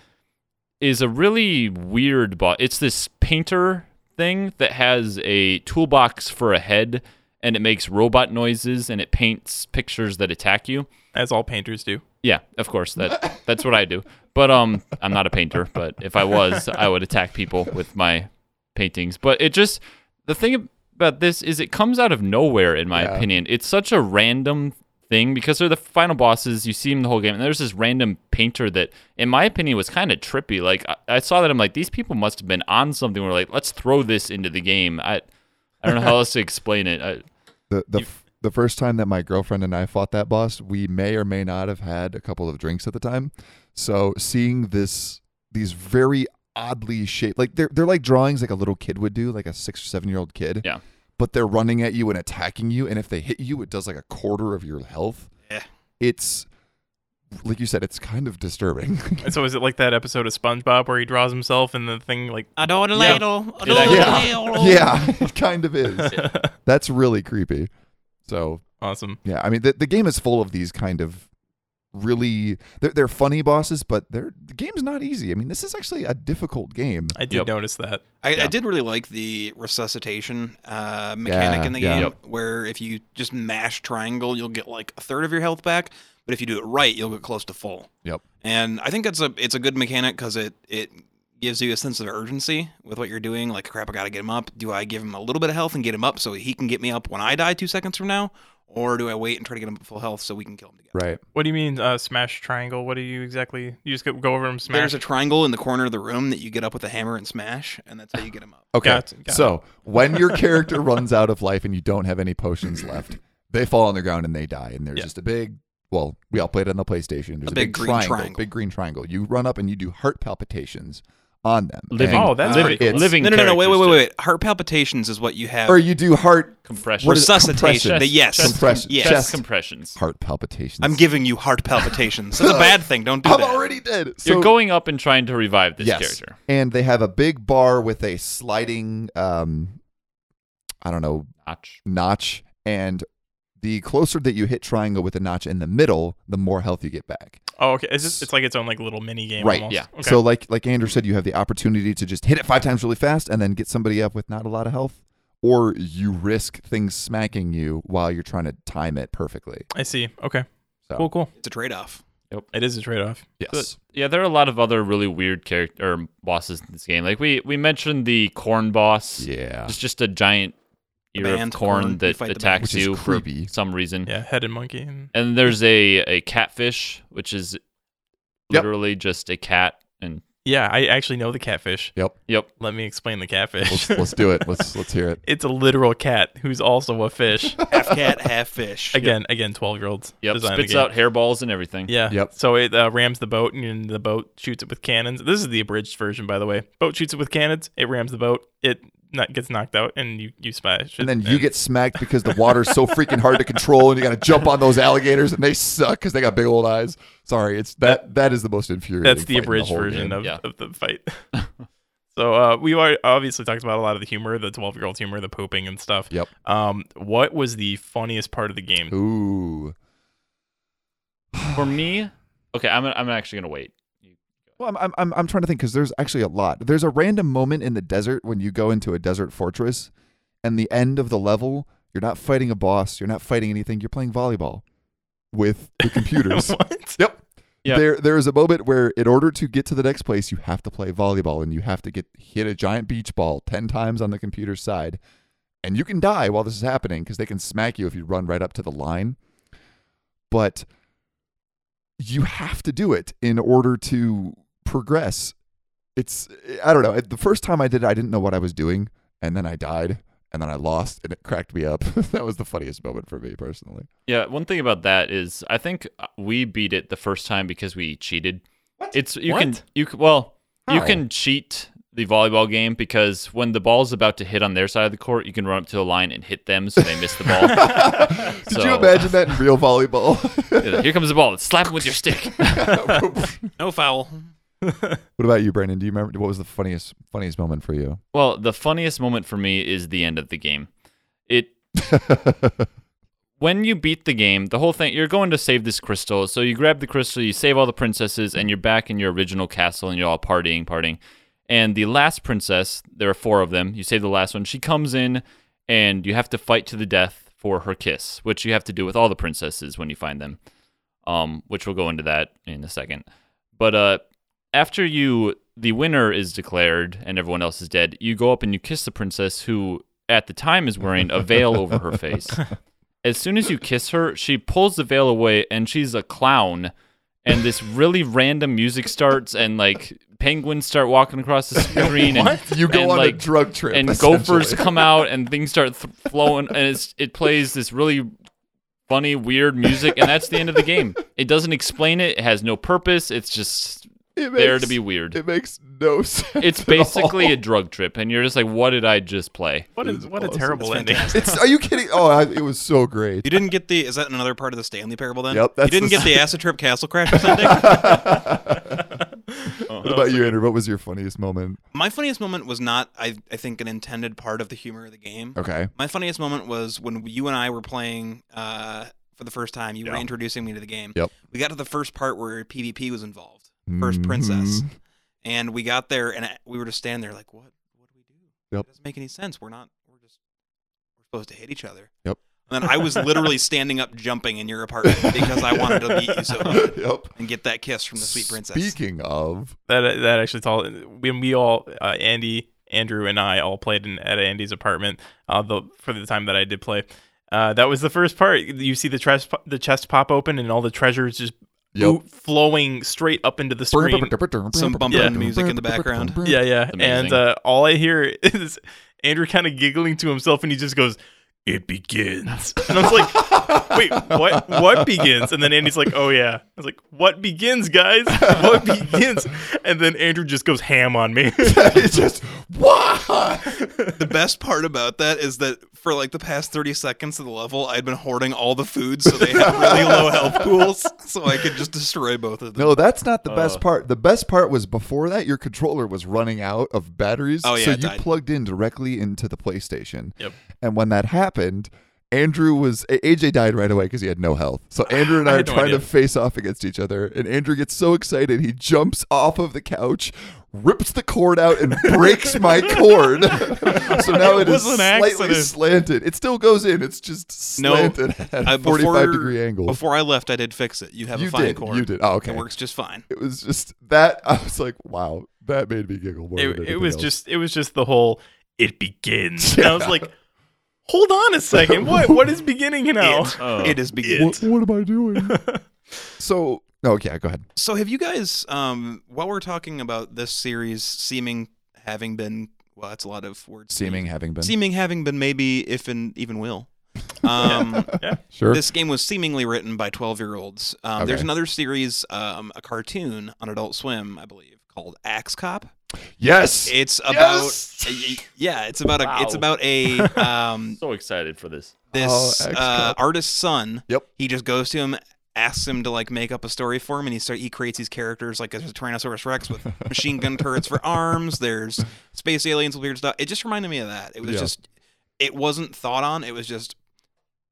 Speaker 2: is a really weird boss. It's this painter thing that has a toolbox for a head, and it makes robot noises and it paints pictures that attack you.
Speaker 4: As all painters do.
Speaker 2: Yeah, of course. That that's what I do. But um, I'm not a painter. But if I was, I would attack people with my paintings. But it just the thing about this is it comes out of nowhere, in my
Speaker 1: Yeah.
Speaker 2: opinion. It's such a random thing because they're the final bosses. You see them the whole game, and there's this random painter that, in my opinion, was kind of trippy. Like I, I saw that, I'm like, these people must have been on something. We're like, let's throw this into the game. I I don't know how else to explain it. I,
Speaker 1: The the f- the first time that my girlfriend and I fought that boss, we may or may not have had a couple of drinks at the time. So seeing this these very oddly shaped like they're they're like drawings like a little kid would do, like a six or seven year old kid.
Speaker 2: Yeah.
Speaker 1: But they're running at you and attacking you, and if they hit you, it does like a quarter of your health.
Speaker 3: Yeah.
Speaker 1: It's like you said, it's kind of disturbing. [LAUGHS]
Speaker 4: And so is it like that episode of SpongeBob where he draws himself and the thing like
Speaker 3: I don't
Speaker 2: Yeah.
Speaker 3: ladle. I
Speaker 2: Did
Speaker 3: don't
Speaker 1: I- [LAUGHS]
Speaker 3: ladle.
Speaker 1: yeah, it kind of
Speaker 4: [LAUGHS]
Speaker 1: is. That's really creepy. So
Speaker 4: awesome?
Speaker 1: Yeah, I mean the the game is full of these kind of really they're, they're funny bosses, but they're the game's not easy. I mean, this is actually a difficult game.
Speaker 4: I did
Speaker 2: Yep.
Speaker 4: notice that.
Speaker 3: I,
Speaker 1: Yeah.
Speaker 3: I did really like the resuscitation uh, mechanic
Speaker 1: Yeah,
Speaker 3: in the
Speaker 1: yeah.
Speaker 3: game,
Speaker 2: Yep.
Speaker 3: where if you just mash triangle, you'll get like a third of your health back. But if you do it right, you'll get close to full.
Speaker 1: Yep.
Speaker 3: And I think that's a it's a good mechanic because it it gives you a sense of urgency with what you're doing. Like, crap, I gotta get him up. Do I give him a little bit of health and get him up so he can get me up when I die two seconds from now, or do I wait and try to get him up to full health so we can kill him together?
Speaker 1: Right.
Speaker 4: What do you mean uh, smash triangle? What do you exactly? You just go go over and smash.
Speaker 3: There's a triangle in the corner of the room that you get up with a hammer and smash, and that's how you get him up.
Speaker 1: Okay.
Speaker 4: Got it, got
Speaker 1: so when
Speaker 4: [LAUGHS]
Speaker 1: your character runs out of life and you don't have any potions left, they fall on the ground and they die, and there's
Speaker 4: Yeah.
Speaker 1: just a big. Well, we all played it on the PlayStation. There's a,
Speaker 3: big green
Speaker 1: triangle,
Speaker 3: triangle.
Speaker 1: big green triangle. You run up and you do heart palpitations on them.
Speaker 2: living,
Speaker 1: and-
Speaker 4: Oh, that's
Speaker 2: living,
Speaker 4: pretty cool.
Speaker 2: living
Speaker 3: No, no, no, no, wait,
Speaker 2: characters
Speaker 3: wait, wait,
Speaker 2: to
Speaker 3: wait. Heart palpitations is what you have.
Speaker 1: or you do heart
Speaker 2: Compression.
Speaker 1: What is it?
Speaker 3: resuscitation.
Speaker 1: Compression.
Speaker 3: The yes.
Speaker 2: Chest-
Speaker 1: compression,
Speaker 3: yes.
Speaker 2: chest
Speaker 1: chest
Speaker 2: compressions.
Speaker 1: heart palpitations.
Speaker 3: I'm giving you heart palpitations. That's a bad thing. Don't do
Speaker 1: I'm
Speaker 3: that.
Speaker 1: already dead. So,
Speaker 2: You're going up and trying to revive this
Speaker 1: yes.
Speaker 2: character.
Speaker 1: And they have a big bar with a sliding um I don't know,
Speaker 2: Notch.
Speaker 1: notch and the closer that you hit triangle with a notch in the middle, the more health you get back.
Speaker 4: oh, okay. It's just it's like its own like little mini game.
Speaker 1: Right,
Speaker 4: Almost.
Speaker 2: yeah.
Speaker 4: Okay.
Speaker 1: So like like Andrew said, you have the opportunity to just hit it five times really fast and then get somebody up with not a lot of health. Or you risk things smacking you while you're trying to time it perfectly.
Speaker 4: I see. Okay.
Speaker 1: So
Speaker 4: Cool. Cool.
Speaker 3: It's a trade off.
Speaker 4: It is a trade off.
Speaker 1: yes.
Speaker 2: Yeah, there are a lot of other really weird character or bosses in this game. Like we we mentioned the corn boss.
Speaker 1: Yeah.
Speaker 2: It's just a giant
Speaker 3: The
Speaker 2: ear of
Speaker 3: band's
Speaker 2: corn,
Speaker 3: corn, you
Speaker 2: that
Speaker 3: fight the
Speaker 1: band.
Speaker 2: attacks
Speaker 1: Which is
Speaker 2: you for
Speaker 1: creepy.
Speaker 2: some reason.
Speaker 1: Hmm.
Speaker 4: Yeah. Head and monkey. And
Speaker 2: And there's a a catfish, which is
Speaker 1: Yep.
Speaker 2: literally just a cat. And
Speaker 4: yeah, I actually know the catfish.
Speaker 1: Yep.
Speaker 2: yep,
Speaker 4: Let me explain the catfish.
Speaker 1: Let's, let's do it. Let's let's hear it.
Speaker 4: [LAUGHS] it's a literal cat who's also
Speaker 1: [LAUGHS]
Speaker 4: a fish.
Speaker 3: Half cat, half fish.
Speaker 4: again, again, twelve year olds.
Speaker 2: yep, spits out hairballs and everything.
Speaker 4: Yeah.
Speaker 1: Yep.
Speaker 4: So it uh, rams the boat, and the boat shoots it with cannons. This is the abridged version, by the way. Boat shoots it with cannons. It rams the boat. It not, gets knocked out, and you you smash. it,
Speaker 1: and then you get smacked because the water's so freaking hard to control, and you got to jump on those alligators, and they suck because they got big old eyes. Sorry, it's that that is the most infuriating.
Speaker 4: That's
Speaker 1: fight
Speaker 4: the
Speaker 1: in
Speaker 4: abridged
Speaker 1: whole
Speaker 4: version
Speaker 1: game.
Speaker 4: of,
Speaker 2: Yeah.
Speaker 4: of the
Speaker 1: [LAUGHS]
Speaker 4: fight. so uh, we already- obviously talked about a lot of the humor, the twelve year old humor, the pooping and stuff.
Speaker 1: Yep.
Speaker 4: Um, what was the funniest part of the game?
Speaker 1: Ooh.
Speaker 2: For me, okay, I'm I'm actually gonna wait.
Speaker 1: Well, I'm- I'm I'm I'm trying to think because there's actually a lot. There's a random moment in the desert when you go into a desert fortress, and the end of the level, you're not fighting a boss, you're not fighting anything, you're playing volleyball with
Speaker 4: [LAUGHS]
Speaker 1: the [LAUGHS] computers.
Speaker 4: what?
Speaker 1: Yep.
Speaker 2: Yeah.
Speaker 1: There, there is a moment where, in order to get to the next place, you have to play volleyball and you have to get hit a giant beach ball ten times on the computer's side, and you can die while this is happening because they can smack you if you run right up to the line. But you have to do it in order to progress. It's I don't know. The first time I did it, I didn't know what I was doing, and then I died, and then I lost, and it cracked me up. [LAUGHS] that was the funniest moment for me personally.
Speaker 2: Yeah, one thing about that is I think uh, we beat it the first time because we cheated. It's you can
Speaker 4: What?
Speaker 2: you c- well you
Speaker 1: How?
Speaker 2: can cheat the volleyball game because when the ball's about to hit on their side of the court, you can run up to the line and hit them so they miss the ball.
Speaker 1: Did you
Speaker 2: So-
Speaker 1: imagine that in real volleyball? [LAUGHS]
Speaker 2: Here comes the ball. Slap him with your stick.
Speaker 3: No foul.
Speaker 1: What about you, Brandon? Do you remember what was the funniest funniest moment for you?
Speaker 2: Well, the funniest moment for me is the end of the game. It when you beat the game, the whole thing you're going to save this crystal. So you grab the crystal, you save all the princesses, and you're back in your original castle, and you're all partying, partying. And the last princess, there are four of them. You save the last one. She comes in, and you have to fight to the death for her kiss, which you have to do with all the princesses when you find them. um, which we'll go into that in a second. But uh, after you, the winner is declared and everyone else is dead. You go up and you kiss the princess, who at the time is wearing a veil over her face.
Speaker 1: [LAUGHS]
Speaker 2: As soon as you kiss her, she pulls the veil away and she's a clown. And this really random music starts, and like penguins start walking
Speaker 1: [LAUGHS]
Speaker 2: across the screen, and
Speaker 1: You go
Speaker 2: and,
Speaker 1: on
Speaker 2: like,
Speaker 1: a drug trip.
Speaker 2: and
Speaker 1: [LAUGHS]
Speaker 2: gophers
Speaker 1: essentially.
Speaker 2: come out and things start th- flowing and it's, it plays this really funny weird music and that's the end of the game it doesn't explain it it has no purpose it's just
Speaker 1: It
Speaker 2: there
Speaker 1: makes-
Speaker 2: to be weird
Speaker 1: It makes no [LAUGHS] sense.
Speaker 2: it's
Speaker 1: at
Speaker 2: basically
Speaker 1: all.
Speaker 2: a drug trip and you're just like what did i just play
Speaker 4: What
Speaker 1: It's
Speaker 4: is what a
Speaker 1: awesome.
Speaker 4: terrible
Speaker 3: That's
Speaker 4: ending. [LAUGHS]
Speaker 1: It's. Are you kidding? Oh, I, it was so [LAUGHS] great.
Speaker 3: You didn't get the. Is that another part of the Stanley parable then?
Speaker 1: Yep, that's
Speaker 3: you didn't
Speaker 1: the-
Speaker 3: get the acid trip castle crashers ending.
Speaker 1: [LAUGHS] What about you, Andrew? What was your funniest moment?
Speaker 3: [LAUGHS] My funniest moment was not, I, I think, an intended part of the humor of the game.
Speaker 1: Okay.
Speaker 3: My funniest moment was when you and I were playing uh, for the first time. You were
Speaker 4: Yeah.
Speaker 3: introducing me to the game.
Speaker 1: Yep.
Speaker 3: We got to the first part where PvP was involved, 1st
Speaker 1: [LAUGHS]
Speaker 3: princess,
Speaker 1: Mhm.
Speaker 3: and we got there, and I- we were just standing there like, what? What do we do?
Speaker 1: Yep.
Speaker 3: It doesn't make any sense. We're not. We're just. We're supposed to hit each other.
Speaker 1: Yep.
Speaker 3: And then I
Speaker 1: [LAUGHS]
Speaker 3: was literally standing up, jumping in your apartment because I wanted to beat
Speaker 1: [LAUGHS]
Speaker 3: you so bad
Speaker 1: yep.
Speaker 3: and get that kiss from the sweet princess.
Speaker 1: Speaking of,
Speaker 4: That that actually tall when we all uh, Andy, Andrew, and I all played in, at Andy's apartment. Uh, the for the time that I did play, uh, that was the first part. You see the chest the chest pop open and all the treasures just
Speaker 1: yep.
Speaker 4: boot- flowing straight up into the screen.
Speaker 3: Some
Speaker 1: [LAUGHS]
Speaker 3: bumping music in the background.
Speaker 4: yeah, yeah.
Speaker 2: Amazing.
Speaker 4: And uh, all I hear is Andrew kind of giggling to himself, and he just goes. It
Speaker 1: [LAUGHS]
Speaker 4: begins, and I was like, "Wait, what? What begins?" And then Andy's like, "Oh yeah." I was like, "What begins, guys?
Speaker 1: [LAUGHS]
Speaker 4: What begins?" And then Andrew just goes ham on me.
Speaker 1: it's just why.
Speaker 2: [LAUGHS]
Speaker 3: The best part about that is that for like the past 30 seconds of the level, I'd been hoarding all the food so they had
Speaker 1: [LAUGHS]
Speaker 3: really low health pools, so I could just destroy both of them.
Speaker 1: No, that's not the best part. The best part was before that, your controller was running out of batteries,
Speaker 3: Oh, yeah,
Speaker 1: so
Speaker 3: it
Speaker 1: you
Speaker 3: died.
Speaker 1: plugged in directly into the PlayStation.
Speaker 4: Yep.
Speaker 1: And when that happened, Andrew was A- AJ died right away because he had no health. So Andrew and I,
Speaker 4: I
Speaker 1: are
Speaker 4: had no
Speaker 1: trying to
Speaker 4: idea.
Speaker 1: face off against each other, and Andrew gets so excited he jumps off of the couch, rips the cord out, and breaks my cord. [LAUGHS] so now it is
Speaker 4: was an
Speaker 1: slightly
Speaker 4: accident.
Speaker 1: slanted. It still goes in. It's just
Speaker 3: No,
Speaker 1: slanted at
Speaker 3: I-
Speaker 1: a
Speaker 3: before-
Speaker 1: forty-five degree angle.
Speaker 3: Before I left, I did fix it. You have
Speaker 1: you
Speaker 3: a fine
Speaker 1: did.
Speaker 3: cord.
Speaker 1: You did. Oh, okay
Speaker 3: It works just fine.
Speaker 1: it was just that I was like, wow, that made me giggle more. than
Speaker 4: it, it
Speaker 1: anything
Speaker 4: was
Speaker 1: else.
Speaker 4: just it was just the whole it begins and i was like hold on a second what what is beginning now
Speaker 3: It,
Speaker 2: Oh.
Speaker 3: Uh, it is beginning.
Speaker 1: what, what am I
Speaker 3: [LAUGHS]
Speaker 1: doing? so, oh yeah, go ahead.
Speaker 3: So have you guys, um, while we're talking about this series seeming having been, well, that's a lot of words.
Speaker 1: having been
Speaker 3: Seeming having been maybe, if and
Speaker 1: [LAUGHS]
Speaker 3: even will. Um,
Speaker 1: sure.
Speaker 3: This game was seemingly written by 12 year olds. Um, There's
Speaker 1: Okay.
Speaker 3: another series, um, a cartoon on Adult Swim, I believe, called Axe Cop.
Speaker 1: yes,
Speaker 3: It's about
Speaker 1: Yes!
Speaker 3: yeah, it's about a it's
Speaker 2: Wow.
Speaker 1: [LAUGHS]
Speaker 3: about a um,
Speaker 2: so excited for this
Speaker 3: this
Speaker 1: Axe
Speaker 3: uh,
Speaker 1: Cop.
Speaker 3: artist's son.
Speaker 1: Oh, Yep.
Speaker 3: He just goes to him, asks him to like make up a story for him, and he start he creates these characters like there's a Tyrannosaurus
Speaker 1: [LAUGHS]
Speaker 3: Rex with machine gun turrets for arms. There's space aliens with weird stuff. It just reminded me of that. It was
Speaker 1: Yeah.
Speaker 3: just it wasn't thought on. It was just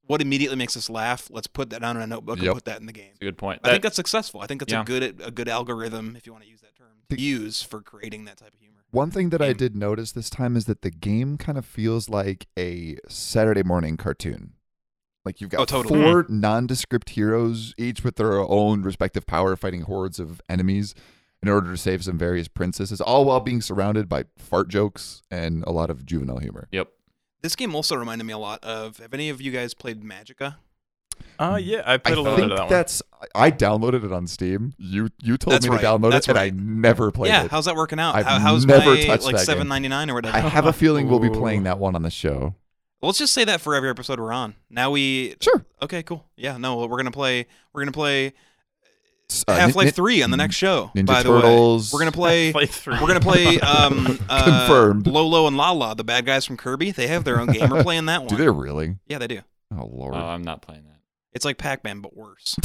Speaker 3: what immediately makes us laugh. Let's put that down in a notebook
Speaker 1: Yep.
Speaker 3: and put that in the game.
Speaker 2: It's a good point
Speaker 3: I
Speaker 2: That-
Speaker 3: think that's successful. I think that's
Speaker 2: Yeah.
Speaker 3: a good a good algorithm, if you want to use that term, to use for creating that type of humor.
Speaker 1: One thing that I did notice this time is that the game kind of feels like a Saturday morning cartoon. Like you've got
Speaker 3: Oh, totally.
Speaker 1: four nondescript heroes, each with their own respective power, fighting hordes of enemies in order to save some various princesses, all while being surrounded by fart jokes and a lot of juvenile humor.
Speaker 2: yep
Speaker 3: This game also reminded me a lot of. Have any of you guys played Magica?
Speaker 4: uh yeah i
Speaker 1: I
Speaker 4: played a little
Speaker 1: think
Speaker 4: bit of that
Speaker 1: that's. I downloaded it on Steam. You you told
Speaker 3: That's
Speaker 1: me
Speaker 3: right.
Speaker 1: to download
Speaker 3: That's
Speaker 1: it,
Speaker 3: right.
Speaker 1: and I never played
Speaker 3: yeah,
Speaker 1: it.
Speaker 3: how's that working out?
Speaker 1: I've
Speaker 3: How, how's
Speaker 1: never
Speaker 3: my
Speaker 1: touched
Speaker 3: like
Speaker 1: that game.
Speaker 3: seven ninety nine or whatever?
Speaker 1: I have a feeling we'll be
Speaker 4: Ooh.
Speaker 1: playing that one on the show.
Speaker 3: Let's just say that for every episode we're on. Now we
Speaker 1: Sure.
Speaker 3: okay, cool. Yeah, no, we're gonna play. We're gonna play
Speaker 1: S- uh,
Speaker 3: Half
Speaker 1: Nin-
Speaker 3: Life Three on the next show.
Speaker 1: Ninja
Speaker 3: by
Speaker 1: Turtles.
Speaker 3: the way, we're gonna play.
Speaker 4: one. Playthrough.
Speaker 3: We're
Speaker 1: [LAUGHS]
Speaker 3: gonna play. Um, uh,
Speaker 1: Confirmed.
Speaker 3: Lolo and Lala, the bad guys from Kirby. They have their own game. We're playing that one.
Speaker 1: [LAUGHS]
Speaker 3: Uh,
Speaker 1: Do they really?
Speaker 3: yeah, they do.
Speaker 1: Oh lord.
Speaker 2: oh, i'm not playing that
Speaker 3: It's like Pac Man, but worse.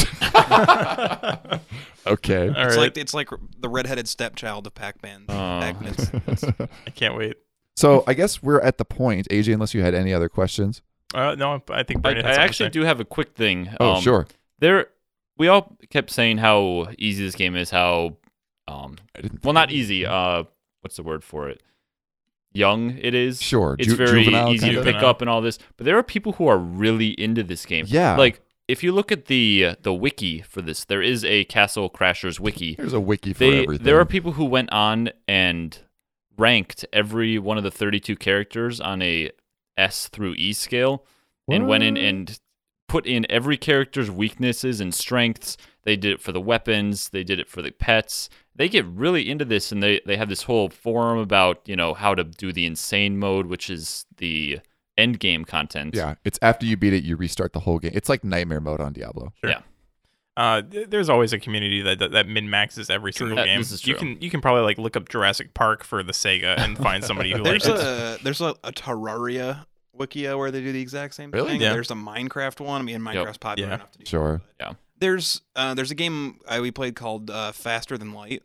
Speaker 4: [LAUGHS]
Speaker 1: okay.
Speaker 3: [LAUGHS]
Speaker 4: all
Speaker 3: It's
Speaker 4: right
Speaker 3: like it's like the redheaded stepchild of Pac-Man.
Speaker 2: Oh.
Speaker 3: Pac-Man's-
Speaker 1: [LAUGHS]
Speaker 4: i can't wait
Speaker 1: so I guess we're at the point, AJ. Unless you had any other questions.
Speaker 4: uh, no i I think
Speaker 2: i,
Speaker 4: Brandon
Speaker 2: I
Speaker 4: had something to
Speaker 2: actually
Speaker 4: say.
Speaker 2: do have a quick thing
Speaker 1: Oh
Speaker 2: um,
Speaker 1: sure.
Speaker 2: there we all kept saying how easy this game is how um
Speaker 1: I didn't.
Speaker 2: well not easy uh what's the word for it young it is
Speaker 1: Sure,
Speaker 2: it's
Speaker 1: ju-
Speaker 2: very
Speaker 1: juvenile
Speaker 2: easy
Speaker 1: kind
Speaker 2: to
Speaker 1: of?
Speaker 2: pick up and all this but there are people who are really into this game
Speaker 1: Yeah.
Speaker 2: like if you look at the uh, the wiki for this, there is a Castle Crashers wiki.
Speaker 1: There's a wiki for
Speaker 2: They,
Speaker 1: everything.
Speaker 2: there are people who went on and ranked every one of the 32 characters on a S through E scale and went in and put in every character's weaknesses and strengths. They did it for the weapons, they did it for the pets. They get really into this and they, they have this whole forum about, you know, how to do the insane mode, which is the end game content.
Speaker 1: yeah, it's after you beat it, you restart the whole game. It's like nightmare mode on Diablo.
Speaker 2: Yeah.
Speaker 4: Uh, th- there's always a community that that, that min maxes every single
Speaker 2: That-
Speaker 4: game.
Speaker 2: this is
Speaker 4: You
Speaker 2: true.
Speaker 4: can you can probably like look up Jurassic Park for the Sega and find
Speaker 3: [LAUGHS]
Speaker 4: somebody who likes
Speaker 3: There's
Speaker 4: it.
Speaker 3: a there's a, a Terraria Wikia where they do the exact same
Speaker 1: Really?
Speaker 3: thing.
Speaker 4: Yeah.
Speaker 3: There's a Minecraft one. I mean, Minecraft's popular
Speaker 4: Yeah.
Speaker 3: enough to do.
Speaker 1: Sure.
Speaker 3: There's uh, there's a game I, we played called uh, Faster Than Light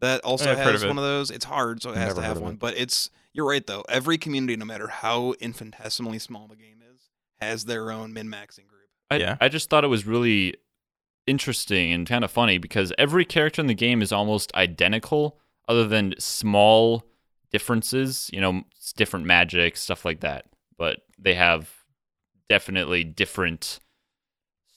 Speaker 3: that also
Speaker 4: Yeah, I've heard
Speaker 3: has
Speaker 4: of it.
Speaker 3: one of those. It's hard, so it has
Speaker 1: Never
Speaker 3: to
Speaker 1: heard
Speaker 3: have
Speaker 1: of
Speaker 3: one.
Speaker 1: it.
Speaker 3: But it's you're right though. Every community, no matter how infinitesimally small the game is, has their own min maxing group.
Speaker 2: I,
Speaker 4: Yeah.
Speaker 2: I just thought it was really interesting and kind of funny because every character in the game is almost identical, other than small differences, you know, s- different magic, stuff like that. But they have definitely different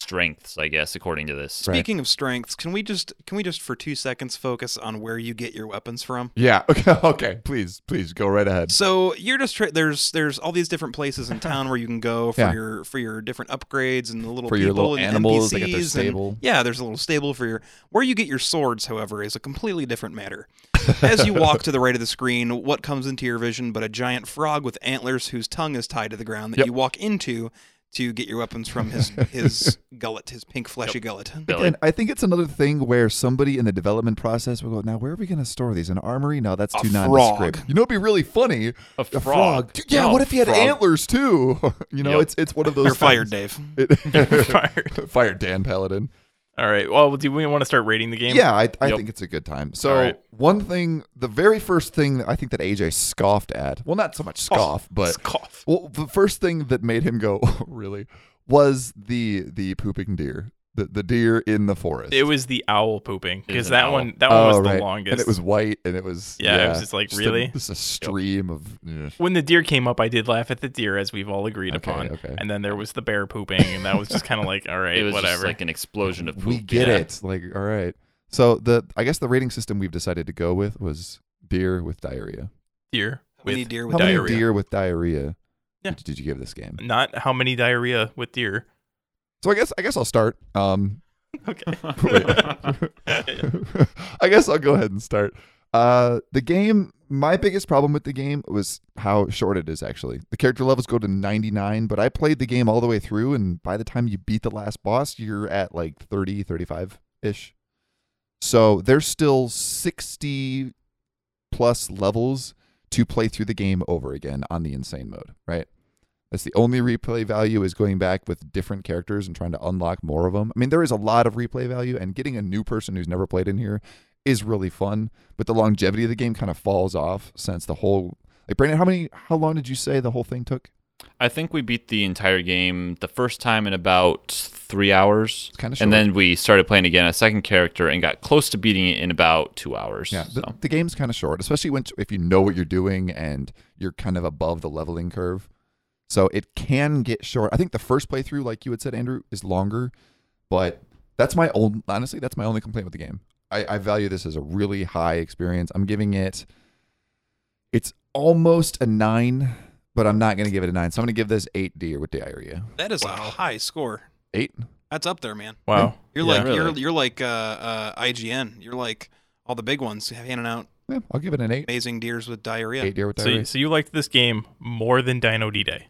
Speaker 2: strengths, I guess, according to this.
Speaker 1: Right.
Speaker 3: Speaking of strengths, can we just can we just for two seconds focus on where you get your weapons from?
Speaker 1: Yeah. [LAUGHS] Okay. Okay. Please, please go right ahead.
Speaker 3: So you're just tra- there's there's all these different places
Speaker 1: [LAUGHS]
Speaker 3: in town where you can go for
Speaker 1: Yeah.
Speaker 3: your for your different upgrades and the little
Speaker 1: For your
Speaker 3: people
Speaker 1: little
Speaker 3: and
Speaker 1: animals, they got
Speaker 3: NPCs
Speaker 1: their
Speaker 3: and-
Speaker 1: stable.
Speaker 3: yeah, there's a little stable for your where you get your swords. However, is a completely different matter. As you walk to the right of the screen, what comes into your vision but a giant frog with antlers whose tongue is tied to the ground that
Speaker 1: Yep.
Speaker 3: you walk into to get your weapons from his
Speaker 1: [LAUGHS]
Speaker 3: his gullet, his pink fleshy gullet.
Speaker 2: Billy.
Speaker 1: And I think it's another thing where somebody in the development process will go, now where are we going to store these? An armory? No, that's
Speaker 3: A
Speaker 1: too
Speaker 3: frog.
Speaker 1: nondescript. You know, it'd be really funny. A
Speaker 2: frog.
Speaker 1: Dude, Yeah.
Speaker 2: No,
Speaker 1: what if he had
Speaker 2: frog.
Speaker 1: antlers too? [LAUGHS] you know,
Speaker 2: Yep.
Speaker 1: it's it's one of those.
Speaker 3: You're fired, Dave.
Speaker 4: [LAUGHS]
Speaker 1: Dave.
Speaker 4: Fired.
Speaker 1: [LAUGHS] fired Dan Paladin.
Speaker 4: All right. Well, do we want to start rating the game?
Speaker 1: Yeah, I, I
Speaker 2: Yep.
Speaker 1: think it's a good time. So
Speaker 4: All right.
Speaker 1: one thing, the very first thing that I think that AJ scoffed at, well, not so much scoff, but
Speaker 4: Cough.
Speaker 1: well, the first thing that made him go [LAUGHS] "Oh, really was the the pooping deer, the the deer in the forest.
Speaker 4: It was the owl
Speaker 2: It
Speaker 4: pooping
Speaker 2: was
Speaker 4: because
Speaker 2: an
Speaker 4: that
Speaker 2: owl.
Speaker 4: one that one was
Speaker 1: Oh,
Speaker 4: the
Speaker 1: right.
Speaker 4: longest.
Speaker 1: and it was white, and it was
Speaker 4: Yeah, it was just like, really?
Speaker 1: a, just a stream of yeah.
Speaker 4: when the deer came up. I did laugh at the deer as we've all agreed
Speaker 1: Okay,
Speaker 4: upon.
Speaker 1: okay.
Speaker 4: And then there was the bear pooping, and that was just kind of like, all right,
Speaker 2: [LAUGHS] It was
Speaker 4: whatever.
Speaker 2: just like an explosion of
Speaker 1: [LAUGHS]
Speaker 2: poop.
Speaker 1: we get
Speaker 2: yeah.
Speaker 1: it. Like all right, so the I guess the rating system we've decided to go with was deer with diarrhea.
Speaker 4: deer
Speaker 3: We
Speaker 4: with
Speaker 3: need deer
Speaker 1: How
Speaker 3: with
Speaker 1: many
Speaker 4: diarrhea.
Speaker 1: deer with diarrhea
Speaker 4: Yeah.
Speaker 1: did you give this game?
Speaker 4: not how many diarrhea with deer. [LAUGHS]
Speaker 1: So I guess I guess I'll start. Um,
Speaker 4: Okay.
Speaker 1: [LAUGHS]
Speaker 4: [LAUGHS]
Speaker 1: I guess I'll go ahead and start. Uh, the game. My biggest problem with the game was how short it is. Actually, the character levels go to ninety nine, but I played the game all the way through, and by the time you beat the last boss, you're at like 30, 35 ish. So there's still sixty plus levels to play through the game over again on the insane mode. Right. That's the only replay value is going back with different characters and trying to unlock more of them. I mean, there is a lot of replay value, and getting a new person who's never played in here is really fun. But the longevity of the game kind of falls off since the whole like Brandon, how many how long did you say the whole thing took?
Speaker 2: I think we beat the entire game the first time in about three hours.
Speaker 1: It's kind of short.
Speaker 2: And then we started playing again a second character and got close to beating it in about two hours.
Speaker 1: yeah, the,
Speaker 2: So,
Speaker 1: the game's kind of short, especially when if you know what you're doing and you're kind of above the leveling curve. So it can get short. I think the first playthrough, like you had said, Andrew, is longer, but that's my old honestly, that's my only complaint with the game. I, I value this as a really high experience. I'm giving it it's almost a nine, but I'm not gonna give it a nine. So I'm gonna give this eight deer with diarrhea.
Speaker 3: That is a high score.
Speaker 1: Eight?
Speaker 3: That's up there, man.
Speaker 4: Wow.
Speaker 3: You're
Speaker 4: Yeah.
Speaker 3: like you're
Speaker 2: Really?
Speaker 3: you're like uh, uh, IGN. You're like all the big ones handing out
Speaker 1: Yeah, I'll give it an eight.
Speaker 3: amazing deers with diarrhea.
Speaker 1: Eight deer with
Speaker 4: So,
Speaker 1: diarrhea.
Speaker 4: you- so you liked this game more than Dino D Day?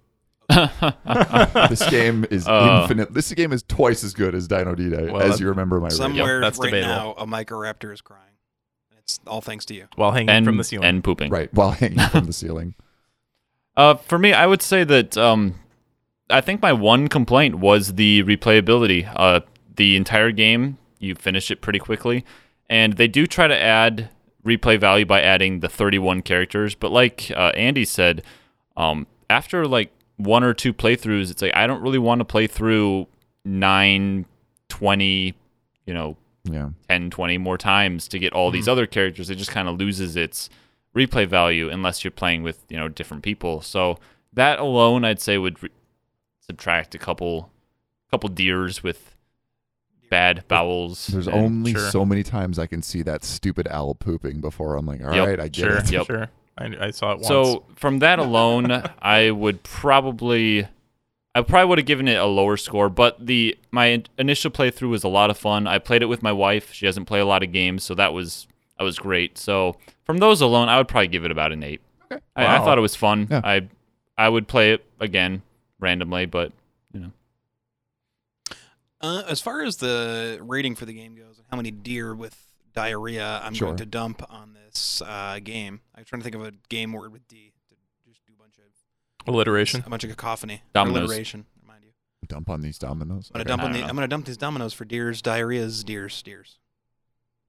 Speaker 1: this game is
Speaker 2: Uh.
Speaker 1: infinite. This game is twice as good as Dino D Day,
Speaker 4: Well,
Speaker 1: as
Speaker 4: that-
Speaker 1: you remember my rating.
Speaker 3: Somewhere
Speaker 4: that's
Speaker 3: right
Speaker 4: debatable.
Speaker 3: now, a Microraptor is crying. It's all thanks to you.
Speaker 4: While
Speaker 2: [LAUGHS]
Speaker 4: hanging
Speaker 2: and,
Speaker 4: from the ceiling.
Speaker 2: and pooping.
Speaker 1: Right, while [LAUGHS] hanging from the ceiling.
Speaker 2: Uh, for me, I would say that um, I think my one complaint was the replayability. Uh, the entire game, you finish it pretty quickly, and they do try to add replay value by adding the 31 characters. But like uh, Andy said, um, after like one or two playthroughs, it's like I don't really want to play through nine, twenty, you know,
Speaker 1: Yeah.
Speaker 2: 10, 20 more times to get all these
Speaker 1: Mm-hmm.
Speaker 2: other characters. It just kind of loses its replay value unless you're playing with, you know, different people. So that alone, I'd say, would re- subtract a couple couple deers with bad bowels.
Speaker 1: There's
Speaker 2: and-
Speaker 1: only
Speaker 4: sure.
Speaker 1: so many times I can see that stupid owl pooping before I'm like, all right,
Speaker 2: Yep,
Speaker 1: I get
Speaker 4: Sure,
Speaker 1: it.
Speaker 2: [LAUGHS] Yep.
Speaker 4: sure. I, I saw it once.
Speaker 2: so from that alone, I would probably, I probably would have given it a lower score. But the my in- initial playthrough was a lot of fun. I played it with my wife. She doesn't play a lot of games, so that was that was great. So from those alone, I would probably give it about an eight. Okay. I, I
Speaker 1: Wow.
Speaker 2: thought it was fun.
Speaker 1: Yeah.
Speaker 2: I I would play it again randomly, but you know,
Speaker 3: Uh, as far as the rating for the game goes, and how many deer with diarrhea I'm
Speaker 1: Sure.
Speaker 3: going to dump on this uh, game, I'm trying to think of a game word with D to just do a bunch of
Speaker 4: alliteration.
Speaker 3: a bunch of cacophony,
Speaker 2: Dominoes.
Speaker 3: alliteration. Remind you,
Speaker 1: Dump on these dominoes.
Speaker 3: I'm gonna
Speaker 1: Okay.
Speaker 3: dump
Speaker 2: I
Speaker 3: on
Speaker 2: don't
Speaker 3: the,
Speaker 2: know.
Speaker 3: I'm gonna dump these dominoes for deers, diarrheas, deers, deers.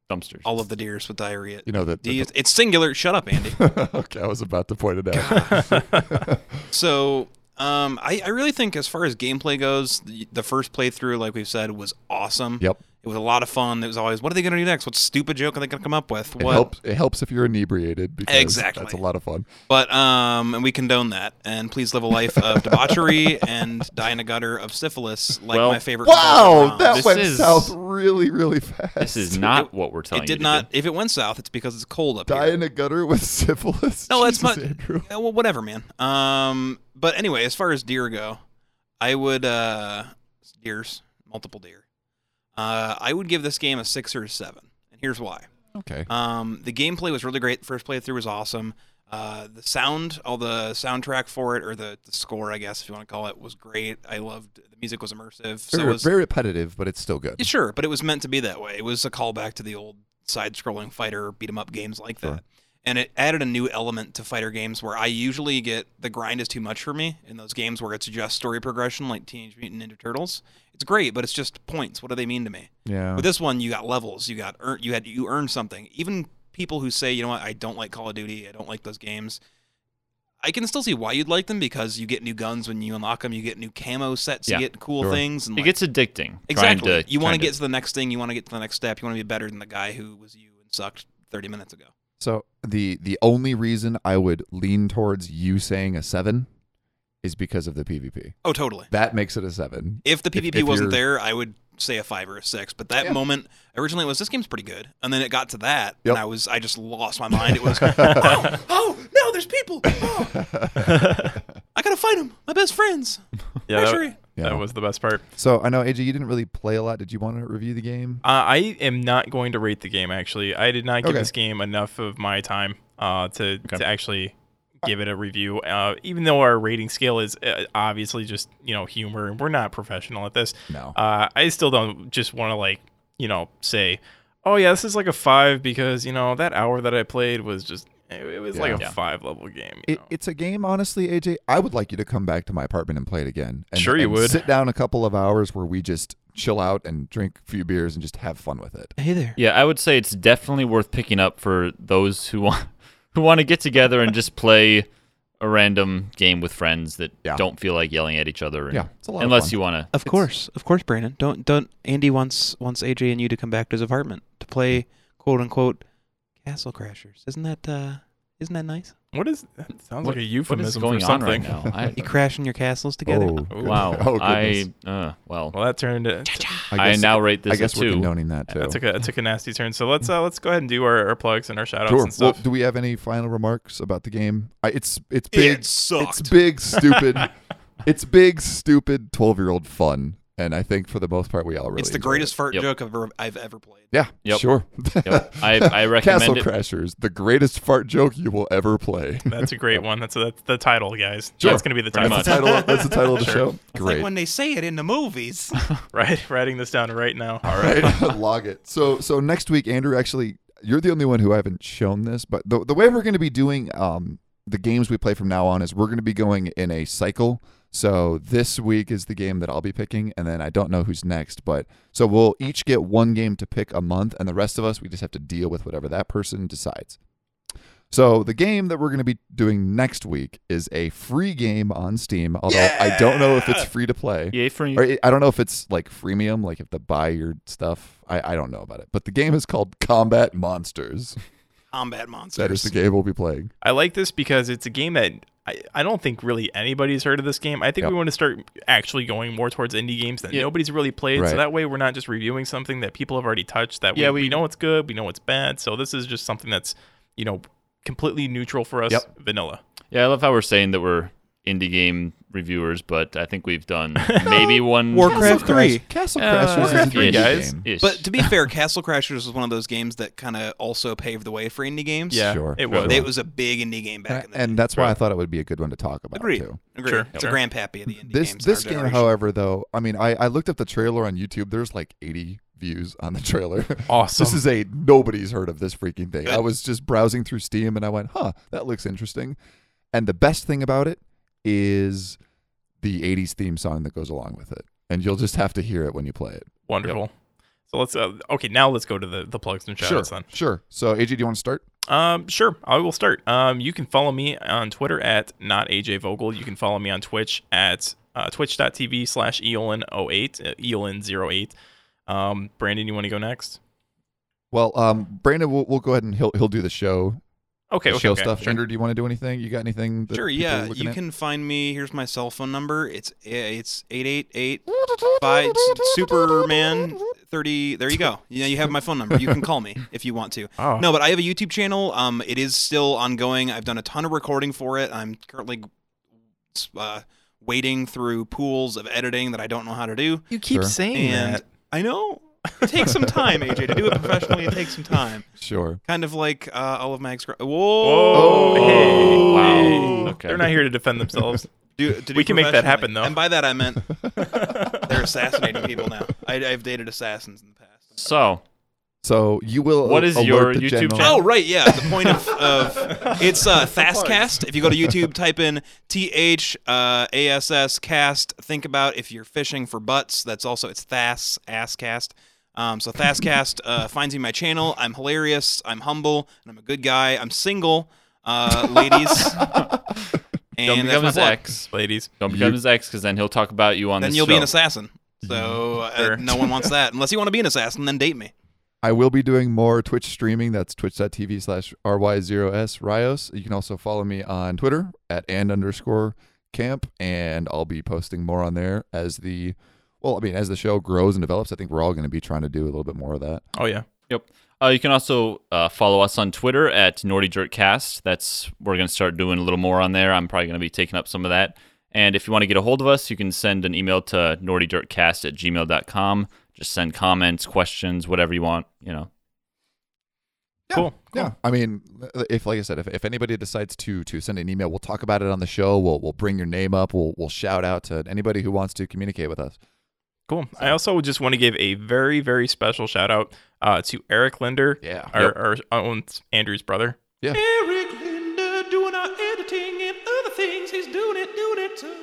Speaker 2: dumpsters.
Speaker 3: All of the deers with diarrhea.
Speaker 1: You know that.
Speaker 3: D is, it's singular. Shut up, Andy.
Speaker 1: [LAUGHS] okay, I was about to point it out.
Speaker 3: So um, I, I really think as far as gameplay goes, the, the first playthrough, like we've said, was awesome.
Speaker 1: Yep.
Speaker 3: It was a lot of fun. It was always, what are they going to do next? What stupid joke are they going to come up with?
Speaker 1: It
Speaker 3: What?
Speaker 1: helps. It helps if you're inebriated because
Speaker 3: Exactly.
Speaker 1: that's a lot of fun.
Speaker 3: But um, and we condone that. And please live a life of [LAUGHS] debauchery and die in a gutter of syphilis, like
Speaker 2: Well-
Speaker 3: my favorite.
Speaker 1: Wow,
Speaker 3: composer, Ron.
Speaker 1: that
Speaker 2: This
Speaker 1: went
Speaker 2: is-
Speaker 1: south really, really fast.
Speaker 2: This is not what we're telling
Speaker 3: it
Speaker 2: you.
Speaker 3: did
Speaker 2: to
Speaker 3: not.
Speaker 2: do.
Speaker 3: If it went south, it's because it's cold
Speaker 1: [LAUGHS]
Speaker 3: up
Speaker 1: die
Speaker 3: here.
Speaker 1: in a gutter with syphilis.
Speaker 3: No, that's
Speaker 1: Jesus,
Speaker 3: not.
Speaker 1: Andrew.
Speaker 3: Yeah, well, whatever, man. Um, but anyway, as far as deer go, I would uh, deers, multiple deer. Uh, I would give this game a six or a seven, and here's why.
Speaker 1: Okay.
Speaker 3: Um, the gameplay was really great. First playthrough was awesome. Uh, the sound, all the soundtrack for it, or the, the score, I guess if you want to call it, was great. I loved the music was immersive. So it
Speaker 1: very,
Speaker 3: was
Speaker 1: very repetitive, but it's still good.
Speaker 3: yeah, sure, but it was meant to be that way. It was a callback to the old side-scrolling fighter beat 'em up games like
Speaker 1: Sure.
Speaker 3: that. And it added a new element to fighter games where I usually get the grind is too much for me in those games where it's just story progression like Teenage Mutant Ninja Turtles. It's great, but it's just points. What do they mean to me?
Speaker 1: Yeah.
Speaker 3: With this one, you got levels, you got earn, you had you earned something. Even people who say, you know what, I don't like Call of Duty, I don't like those games. I can still see why you'd like them because you get new guns when you unlock them, you get new camo sets,
Speaker 2: Yeah,
Speaker 3: you get cool
Speaker 1: sure.
Speaker 3: things, and
Speaker 2: It
Speaker 3: like,
Speaker 2: gets addicting. trying
Speaker 3: Exactly.
Speaker 2: to-
Speaker 3: you want to
Speaker 2: trying
Speaker 3: get to the next thing. You want to get to the next step. You want to be better than the guy who was you and sucked 30 minutes ago.
Speaker 1: So the the only reason I would lean towards you saying a seven is because of the PvP.
Speaker 3: Oh, totally.
Speaker 1: That makes it a seven.
Speaker 3: If the PvP
Speaker 1: if
Speaker 3: wasn't
Speaker 1: you're-
Speaker 3: there, I would say a five or a six. But that
Speaker 1: Yeah.
Speaker 3: moment originally it was this game's pretty good, and then it got to that,
Speaker 1: Yep.
Speaker 3: and I was I just lost my mind. It was oh, oh no, there's people. Oh, I gotta fight them. My best friends.
Speaker 4: Yeah, that-
Speaker 3: Treasury.
Speaker 1: Yeah.
Speaker 4: That was the best part.
Speaker 1: So I know AJ, you didn't really play a lot. Did you want to review the game?
Speaker 4: Uh, I am not going to rate the game. Actually, I did not give
Speaker 1: Okay.
Speaker 4: this game enough of my time uh, to to actually give it a review. Uh, even though our rating scale is uh, obviously just you know humor, and we're not professional at this.
Speaker 1: No.
Speaker 4: Uh, I still don't just want to like you know say, oh yeah, this is like a five because you know that hour that I played was just it, it was like
Speaker 1: Yeah.
Speaker 4: a
Speaker 2: Yeah.
Speaker 4: five level game. you
Speaker 1: It,
Speaker 4: know.
Speaker 1: it's a game, honestly, AJ. I would like you to come back to my apartment and play it again. And,
Speaker 4: Sure you
Speaker 1: and
Speaker 4: would.
Speaker 1: Sit down a couple of hours where we just chill out and drink a few beers and just have fun with it.
Speaker 3: Hey there.
Speaker 2: Yeah, I would say it's definitely worth picking up for those who want [LAUGHS] who want to get together and just play a random game with friends that
Speaker 1: Yeah.
Speaker 2: don't feel like yelling at each other. and-
Speaker 1: Yeah, it's a lot of
Speaker 2: unless
Speaker 1: fun. Oh,
Speaker 2: you want to.
Speaker 3: Of course, of course, Brandon. Don't don't. Andy wants wants AJ and you to come back to his apartment to play quote unquote Castle Crashers. Isn't that uh isn't that nice?
Speaker 4: what is that sounds
Speaker 2: What-
Speaker 4: like a
Speaker 2: What
Speaker 4: euphemism
Speaker 2: is going
Speaker 4: for
Speaker 2: on
Speaker 4: something.
Speaker 2: right now?
Speaker 1: [LAUGHS]
Speaker 2: I,
Speaker 3: You crashing your castles together.
Speaker 1: good-
Speaker 2: wow.
Speaker 1: Oh, goodness.
Speaker 2: I uh, well,
Speaker 4: Well, that turned. It,
Speaker 2: I, now rate this
Speaker 1: I guess
Speaker 2: a
Speaker 1: we're
Speaker 2: two.
Speaker 1: condoning that too.
Speaker 4: that took a that took a nasty turn. So let's uh, let's go ahead and do our, our plugs and our shout outs
Speaker 1: Sure.
Speaker 4: and stuff.
Speaker 1: Well, do we have any final remarks about the game? I, it's it's big. It's
Speaker 3: sucked.
Speaker 1: big, stupid. it's big, stupid. Twelve-year-old fun, and I think for the most part, we all really.
Speaker 3: it's the
Speaker 1: enjoyed
Speaker 3: greatest fart
Speaker 2: Yep.
Speaker 3: joke I've ever, I've ever played.
Speaker 1: It. Yeah.
Speaker 2: Yep.
Speaker 1: Sure. [LAUGHS]
Speaker 2: Yep. I, I recommend
Speaker 1: Castle
Speaker 2: it.
Speaker 1: Crashers, the greatest fart joke you will ever play.
Speaker 4: That's a great one. That's that's the title, guys.
Speaker 1: Sure.
Speaker 4: That's gonna be the
Speaker 2: Pretty
Speaker 4: title.
Speaker 1: That's the title. Of, that's the title of the show. Great.
Speaker 3: they say it in
Speaker 1: [LAUGHS]
Speaker 3: the movies.
Speaker 4: [LAUGHS] Right, writing this down right now. All right.
Speaker 1: right? Log it. So so next week, Andrew, actually, you're the only one who I haven't shown this, but the the way we're going to be doing um the games we play from now on is we're going to be going in a cycle. So this week is the game that I'll be picking, and then I don't know who's next, but so we'll each get one game to pick a month, and the rest of us we just have to deal with whatever that person decides. So the game that we're going to be doing next week is a free game on Steam, although I don't know if it's free to play.
Speaker 2: Yay for you.
Speaker 1: Or it- I don't know if it's like freemium, like if they buy your stuff. I, I don't know about it. But the game is called Combat Monsters.
Speaker 3: Combat monsters.
Speaker 1: That is the game we'll be playing.
Speaker 4: I like this because it's a game that I, I don't think really anybody's heard of this game. I think
Speaker 1: Yep.
Speaker 4: we want to start actually going more towards indie games that
Speaker 3: Yeah.
Speaker 4: nobody's really played.
Speaker 1: Right.
Speaker 4: So that way we're not just reviewing something that people have already touched. That
Speaker 2: Yeah,
Speaker 4: we, we,
Speaker 2: we-
Speaker 4: know what's good, we know what's bad. So this is just something that's, you know, completely neutral for us,
Speaker 1: Yep.
Speaker 4: vanilla.
Speaker 2: Yeah, I love how we're saying that we're indie game reviewers, but I think we've
Speaker 3: [LAUGHS]
Speaker 2: done maybe one.
Speaker 3: Warcraft
Speaker 1: Castle Crash-
Speaker 3: three.
Speaker 1: Castle
Speaker 2: Uh,
Speaker 1: Crashers is an
Speaker 4: Warcraft three,
Speaker 1: indie
Speaker 4: guys.
Speaker 1: game.
Speaker 2: ish.
Speaker 3: But to
Speaker 1: [LAUGHS]
Speaker 3: be fair, Castle Crashers was one of those games that kind of also paved the way for indie games.
Speaker 4: Yeah,
Speaker 1: Sure,
Speaker 4: it was.
Speaker 1: sure.
Speaker 3: It was a big indie game back in
Speaker 1: And,
Speaker 3: the day.
Speaker 1: and that's why I thought it would be a good one to talk about
Speaker 3: Agreed.
Speaker 1: too.
Speaker 3: Agreed.
Speaker 4: Sure,
Speaker 3: It's a
Speaker 4: sure.
Speaker 3: grandpappy of the indie
Speaker 1: This
Speaker 3: games. in our
Speaker 1: this game,
Speaker 3: generation.
Speaker 1: however, though, I mean, I, I looked up the trailer on YouTube. There's like 80 views on the trailer. [LAUGHS]
Speaker 4: Awesome.
Speaker 1: This is a nobody's heard of this freaking thing. I was just browsing through Steam and I went, huh, that looks interesting. And the best thing about it is the 80s theme song that goes along with it. And you'll just have to hear it when you play it.
Speaker 4: wonderful. So let's uh, okay. Now let's go to the the plugs and shout
Speaker 1: sure.
Speaker 4: outs then.
Speaker 1: Sure. So, AJ, do you want to start?
Speaker 4: Um, sure, I will start. Um, you can follow me on Twitter at not AJ Vogel. You can follow me on Twitch at uh, twitch.tv slash E eolin08, uh, eolin08. Um, Brandon, you want to go next?
Speaker 1: Well, um, Brandon, we'll, we'll go ahead and he'll he'll do the show,
Speaker 4: Okay,
Speaker 1: the
Speaker 4: okay,
Speaker 1: show
Speaker 4: okay.
Speaker 1: stuff.
Speaker 4: Sure.
Speaker 1: Andrew, do you want to do anything? You got anything? That
Speaker 3: Sure,
Speaker 1: people are
Speaker 3: yeah.
Speaker 1: looking
Speaker 3: You
Speaker 1: at?
Speaker 3: can find me. Here's my cell phone number. It's eh, it's 888
Speaker 1: [LAUGHS]
Speaker 3: by Superman 30. There you go. Yeah, you have my phone number. You can call me if you want to.
Speaker 4: Oh.
Speaker 3: No, but I have a YouTube channel. Um, it is still ongoing. I've done a ton of recording for it. I'm currently uh, wading through pools of editing that I don't know how to do.
Speaker 4: You keep
Speaker 1: Sure.
Speaker 4: saying
Speaker 3: And
Speaker 4: that.
Speaker 3: I know it takes some time, AJ, to do it professionally. It takes some time.
Speaker 1: Sure.
Speaker 3: Kind of like uh, all of my ex. Whoa.
Speaker 2: Oh,
Speaker 4: Oh, hey.
Speaker 2: wow. Okay.
Speaker 4: They're not here to defend themselves.
Speaker 3: [LAUGHS] Do, to do
Speaker 4: We can make that happen,
Speaker 3: professionally.
Speaker 4: though.
Speaker 3: And by that I
Speaker 4: [LAUGHS]
Speaker 3: meant they're assassinating people now. I, I've dated assassins in the past.
Speaker 2: so
Speaker 1: So you will.
Speaker 2: What is
Speaker 1: alert
Speaker 2: your
Speaker 1: the
Speaker 2: YouTube
Speaker 1: general-
Speaker 2: channel?
Speaker 3: Oh right, yeah. The point of, of it's uh, Fastcast. If you go to YouTube, type in T H uh, A S S Cast. Think about if you're fishing for butts. That's also it's Thas Ass Cast. Um, so Thascast uh, finds me my channel. I'm hilarious. I'm humble, and I'm a good guy. I'm single, uh, ladies.
Speaker 2: [LAUGHS] don't
Speaker 3: and that's
Speaker 2: become
Speaker 3: my
Speaker 2: his
Speaker 3: plug.
Speaker 2: ex.
Speaker 4: Ladies.
Speaker 2: Don't become his ex because then he'll talk about you on
Speaker 3: Then
Speaker 2: this
Speaker 3: you'll be an
Speaker 2: show.
Speaker 3: assassin. So uh,
Speaker 4: Sure.
Speaker 3: no one wants that unless you want to be an assassin. Then date me.
Speaker 1: I will be doing more Twitch streaming. That's twitch.tv slash ry0s ryos. You can also follow me on Twitter at and underscore camp, and I'll be posting more on there as the well. I mean, as the show grows and develops, I think we're all going to be trying to do a little bit more of that.
Speaker 4: Oh, yeah.
Speaker 2: Yep. Uh, you can also uh, follow us on Twitter at Nordy Dirtcast. That's we're going to start doing a little more on there. I'm probably going to be taking up some of that. And if you want to get a hold of us, you can send an email to nordydirtcast at gmail.com. Just send comments, questions, whatever you want. You know,
Speaker 4: Cool.
Speaker 1: Yeah, I mean, if like I said, if, if anybody decides to to send an email, we'll talk about it on the show. We'll we'll bring your name up. We'll we'll shout out to anybody who wants to communicate with us.
Speaker 4: Cool. I also just want to give a very, very special shout out uh, to Eric Linder,
Speaker 1: Yeah.
Speaker 4: our, our own Andrew's brother.
Speaker 5: Eric Linder doing our editing and other things. He's doing it, doing it so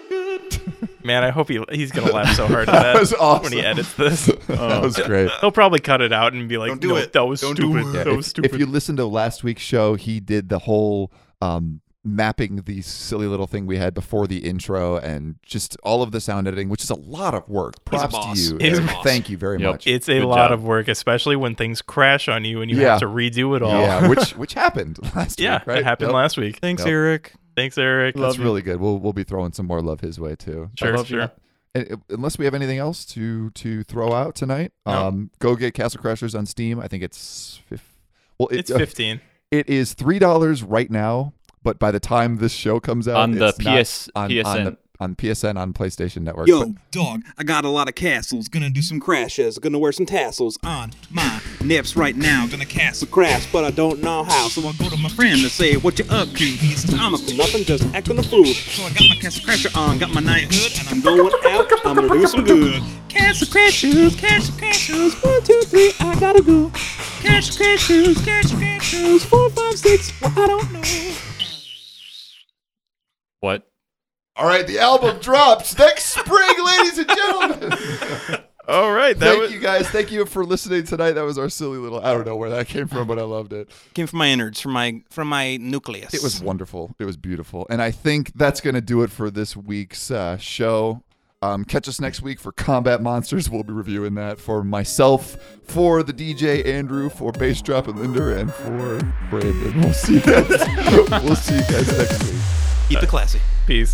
Speaker 4: [LAUGHS]
Speaker 5: good.
Speaker 4: Man, I hope he, he's going to laugh
Speaker 1: [LAUGHS]
Speaker 4: so hard at that,
Speaker 1: was awesome.
Speaker 4: when he
Speaker 1: [LAUGHS]
Speaker 4: edits this.
Speaker 1: that was great.
Speaker 4: He'll probably cut it out and be like,
Speaker 3: Don't do
Speaker 4: "No,
Speaker 3: it.
Speaker 4: that was
Speaker 3: Don't do
Speaker 4: stupid.
Speaker 3: it."
Speaker 1: Yeah,
Speaker 4: That
Speaker 1: if,
Speaker 4: was
Speaker 1: if
Speaker 4: stupid."
Speaker 1: you listen to last week's show, he did the whole um, mapping the silly little thing we had before the intro and just all of the sound editing, which is a lot of work.
Speaker 3: He's a
Speaker 1: Props
Speaker 3: boss.
Speaker 1: to you.
Speaker 3: He's a
Speaker 1: Eric.
Speaker 3: boss.
Speaker 1: Thank you very
Speaker 2: Yep.
Speaker 1: much.
Speaker 4: it's a
Speaker 2: Good
Speaker 4: lot
Speaker 2: job.
Speaker 4: of work, especially when things crash on you and you
Speaker 1: Yeah.
Speaker 4: have to redo it all. [LAUGHS]
Speaker 1: yeah, which which happened [LAUGHS] last
Speaker 4: Yeah,
Speaker 1: week, right?
Speaker 4: it happened
Speaker 1: Yep.
Speaker 4: last week.
Speaker 3: Thanks,
Speaker 1: Yep.
Speaker 3: Eric.
Speaker 4: Thanks, Eric.
Speaker 1: That's really good. We'll we'll be throwing some more love his way too.
Speaker 4: sure,
Speaker 2: love you.
Speaker 4: sure.
Speaker 1: And, uh, unless we have anything else to to throw out tonight,
Speaker 4: No.
Speaker 1: um, go get Castle Crashers on Steam. I think it's fif- well, it,
Speaker 4: It's
Speaker 1: uh,
Speaker 4: 15.
Speaker 1: It is three dollars right now, but by the time this show comes out,
Speaker 2: On the
Speaker 1: it's not
Speaker 2: PS
Speaker 1: on, on,
Speaker 2: PSN.
Speaker 1: the, on PSN on PlayStation Network.
Speaker 5: Yo,
Speaker 1: but-
Speaker 5: dog, I got a lot of castles. Gonna do some crashes. Gonna wear some tassels on my nips right now. Gonna castle crash, but I don't know how. So I go to my friend to say, What you up to? He's says, I'm up to nothing, just acting a fool. So I got my castle crasher on, got my night hood, and I'm going out. I'm gonna do some good. Castle crashers, castle crashers. One, two, three, I gotta go. Castle crashers, castle crashers. Four, five, six, well, I don't know.
Speaker 2: what?
Speaker 1: All right, the album drops next spring, ladies and
Speaker 2: [LAUGHS]
Speaker 1: gentlemen.
Speaker 4: All right, that
Speaker 1: Thank
Speaker 4: was
Speaker 1: you guys. Thank you for listening tonight. That was our silly little. I don't know where that came from, but I loved it.
Speaker 3: Came from my innards, from my from my nucleus.
Speaker 1: It was wonderful. It was beautiful, and I think that's going to do it for this week's uh, show. Um, catch us next week for Combat Monsters. We'll be reviewing that for myself, for the DJ Andrew, for Bass [LAUGHS] Drop and Linder, and for Brandon. We'll see you guys. we'll see you guys next week.
Speaker 3: Keep it classy.
Speaker 4: Peace.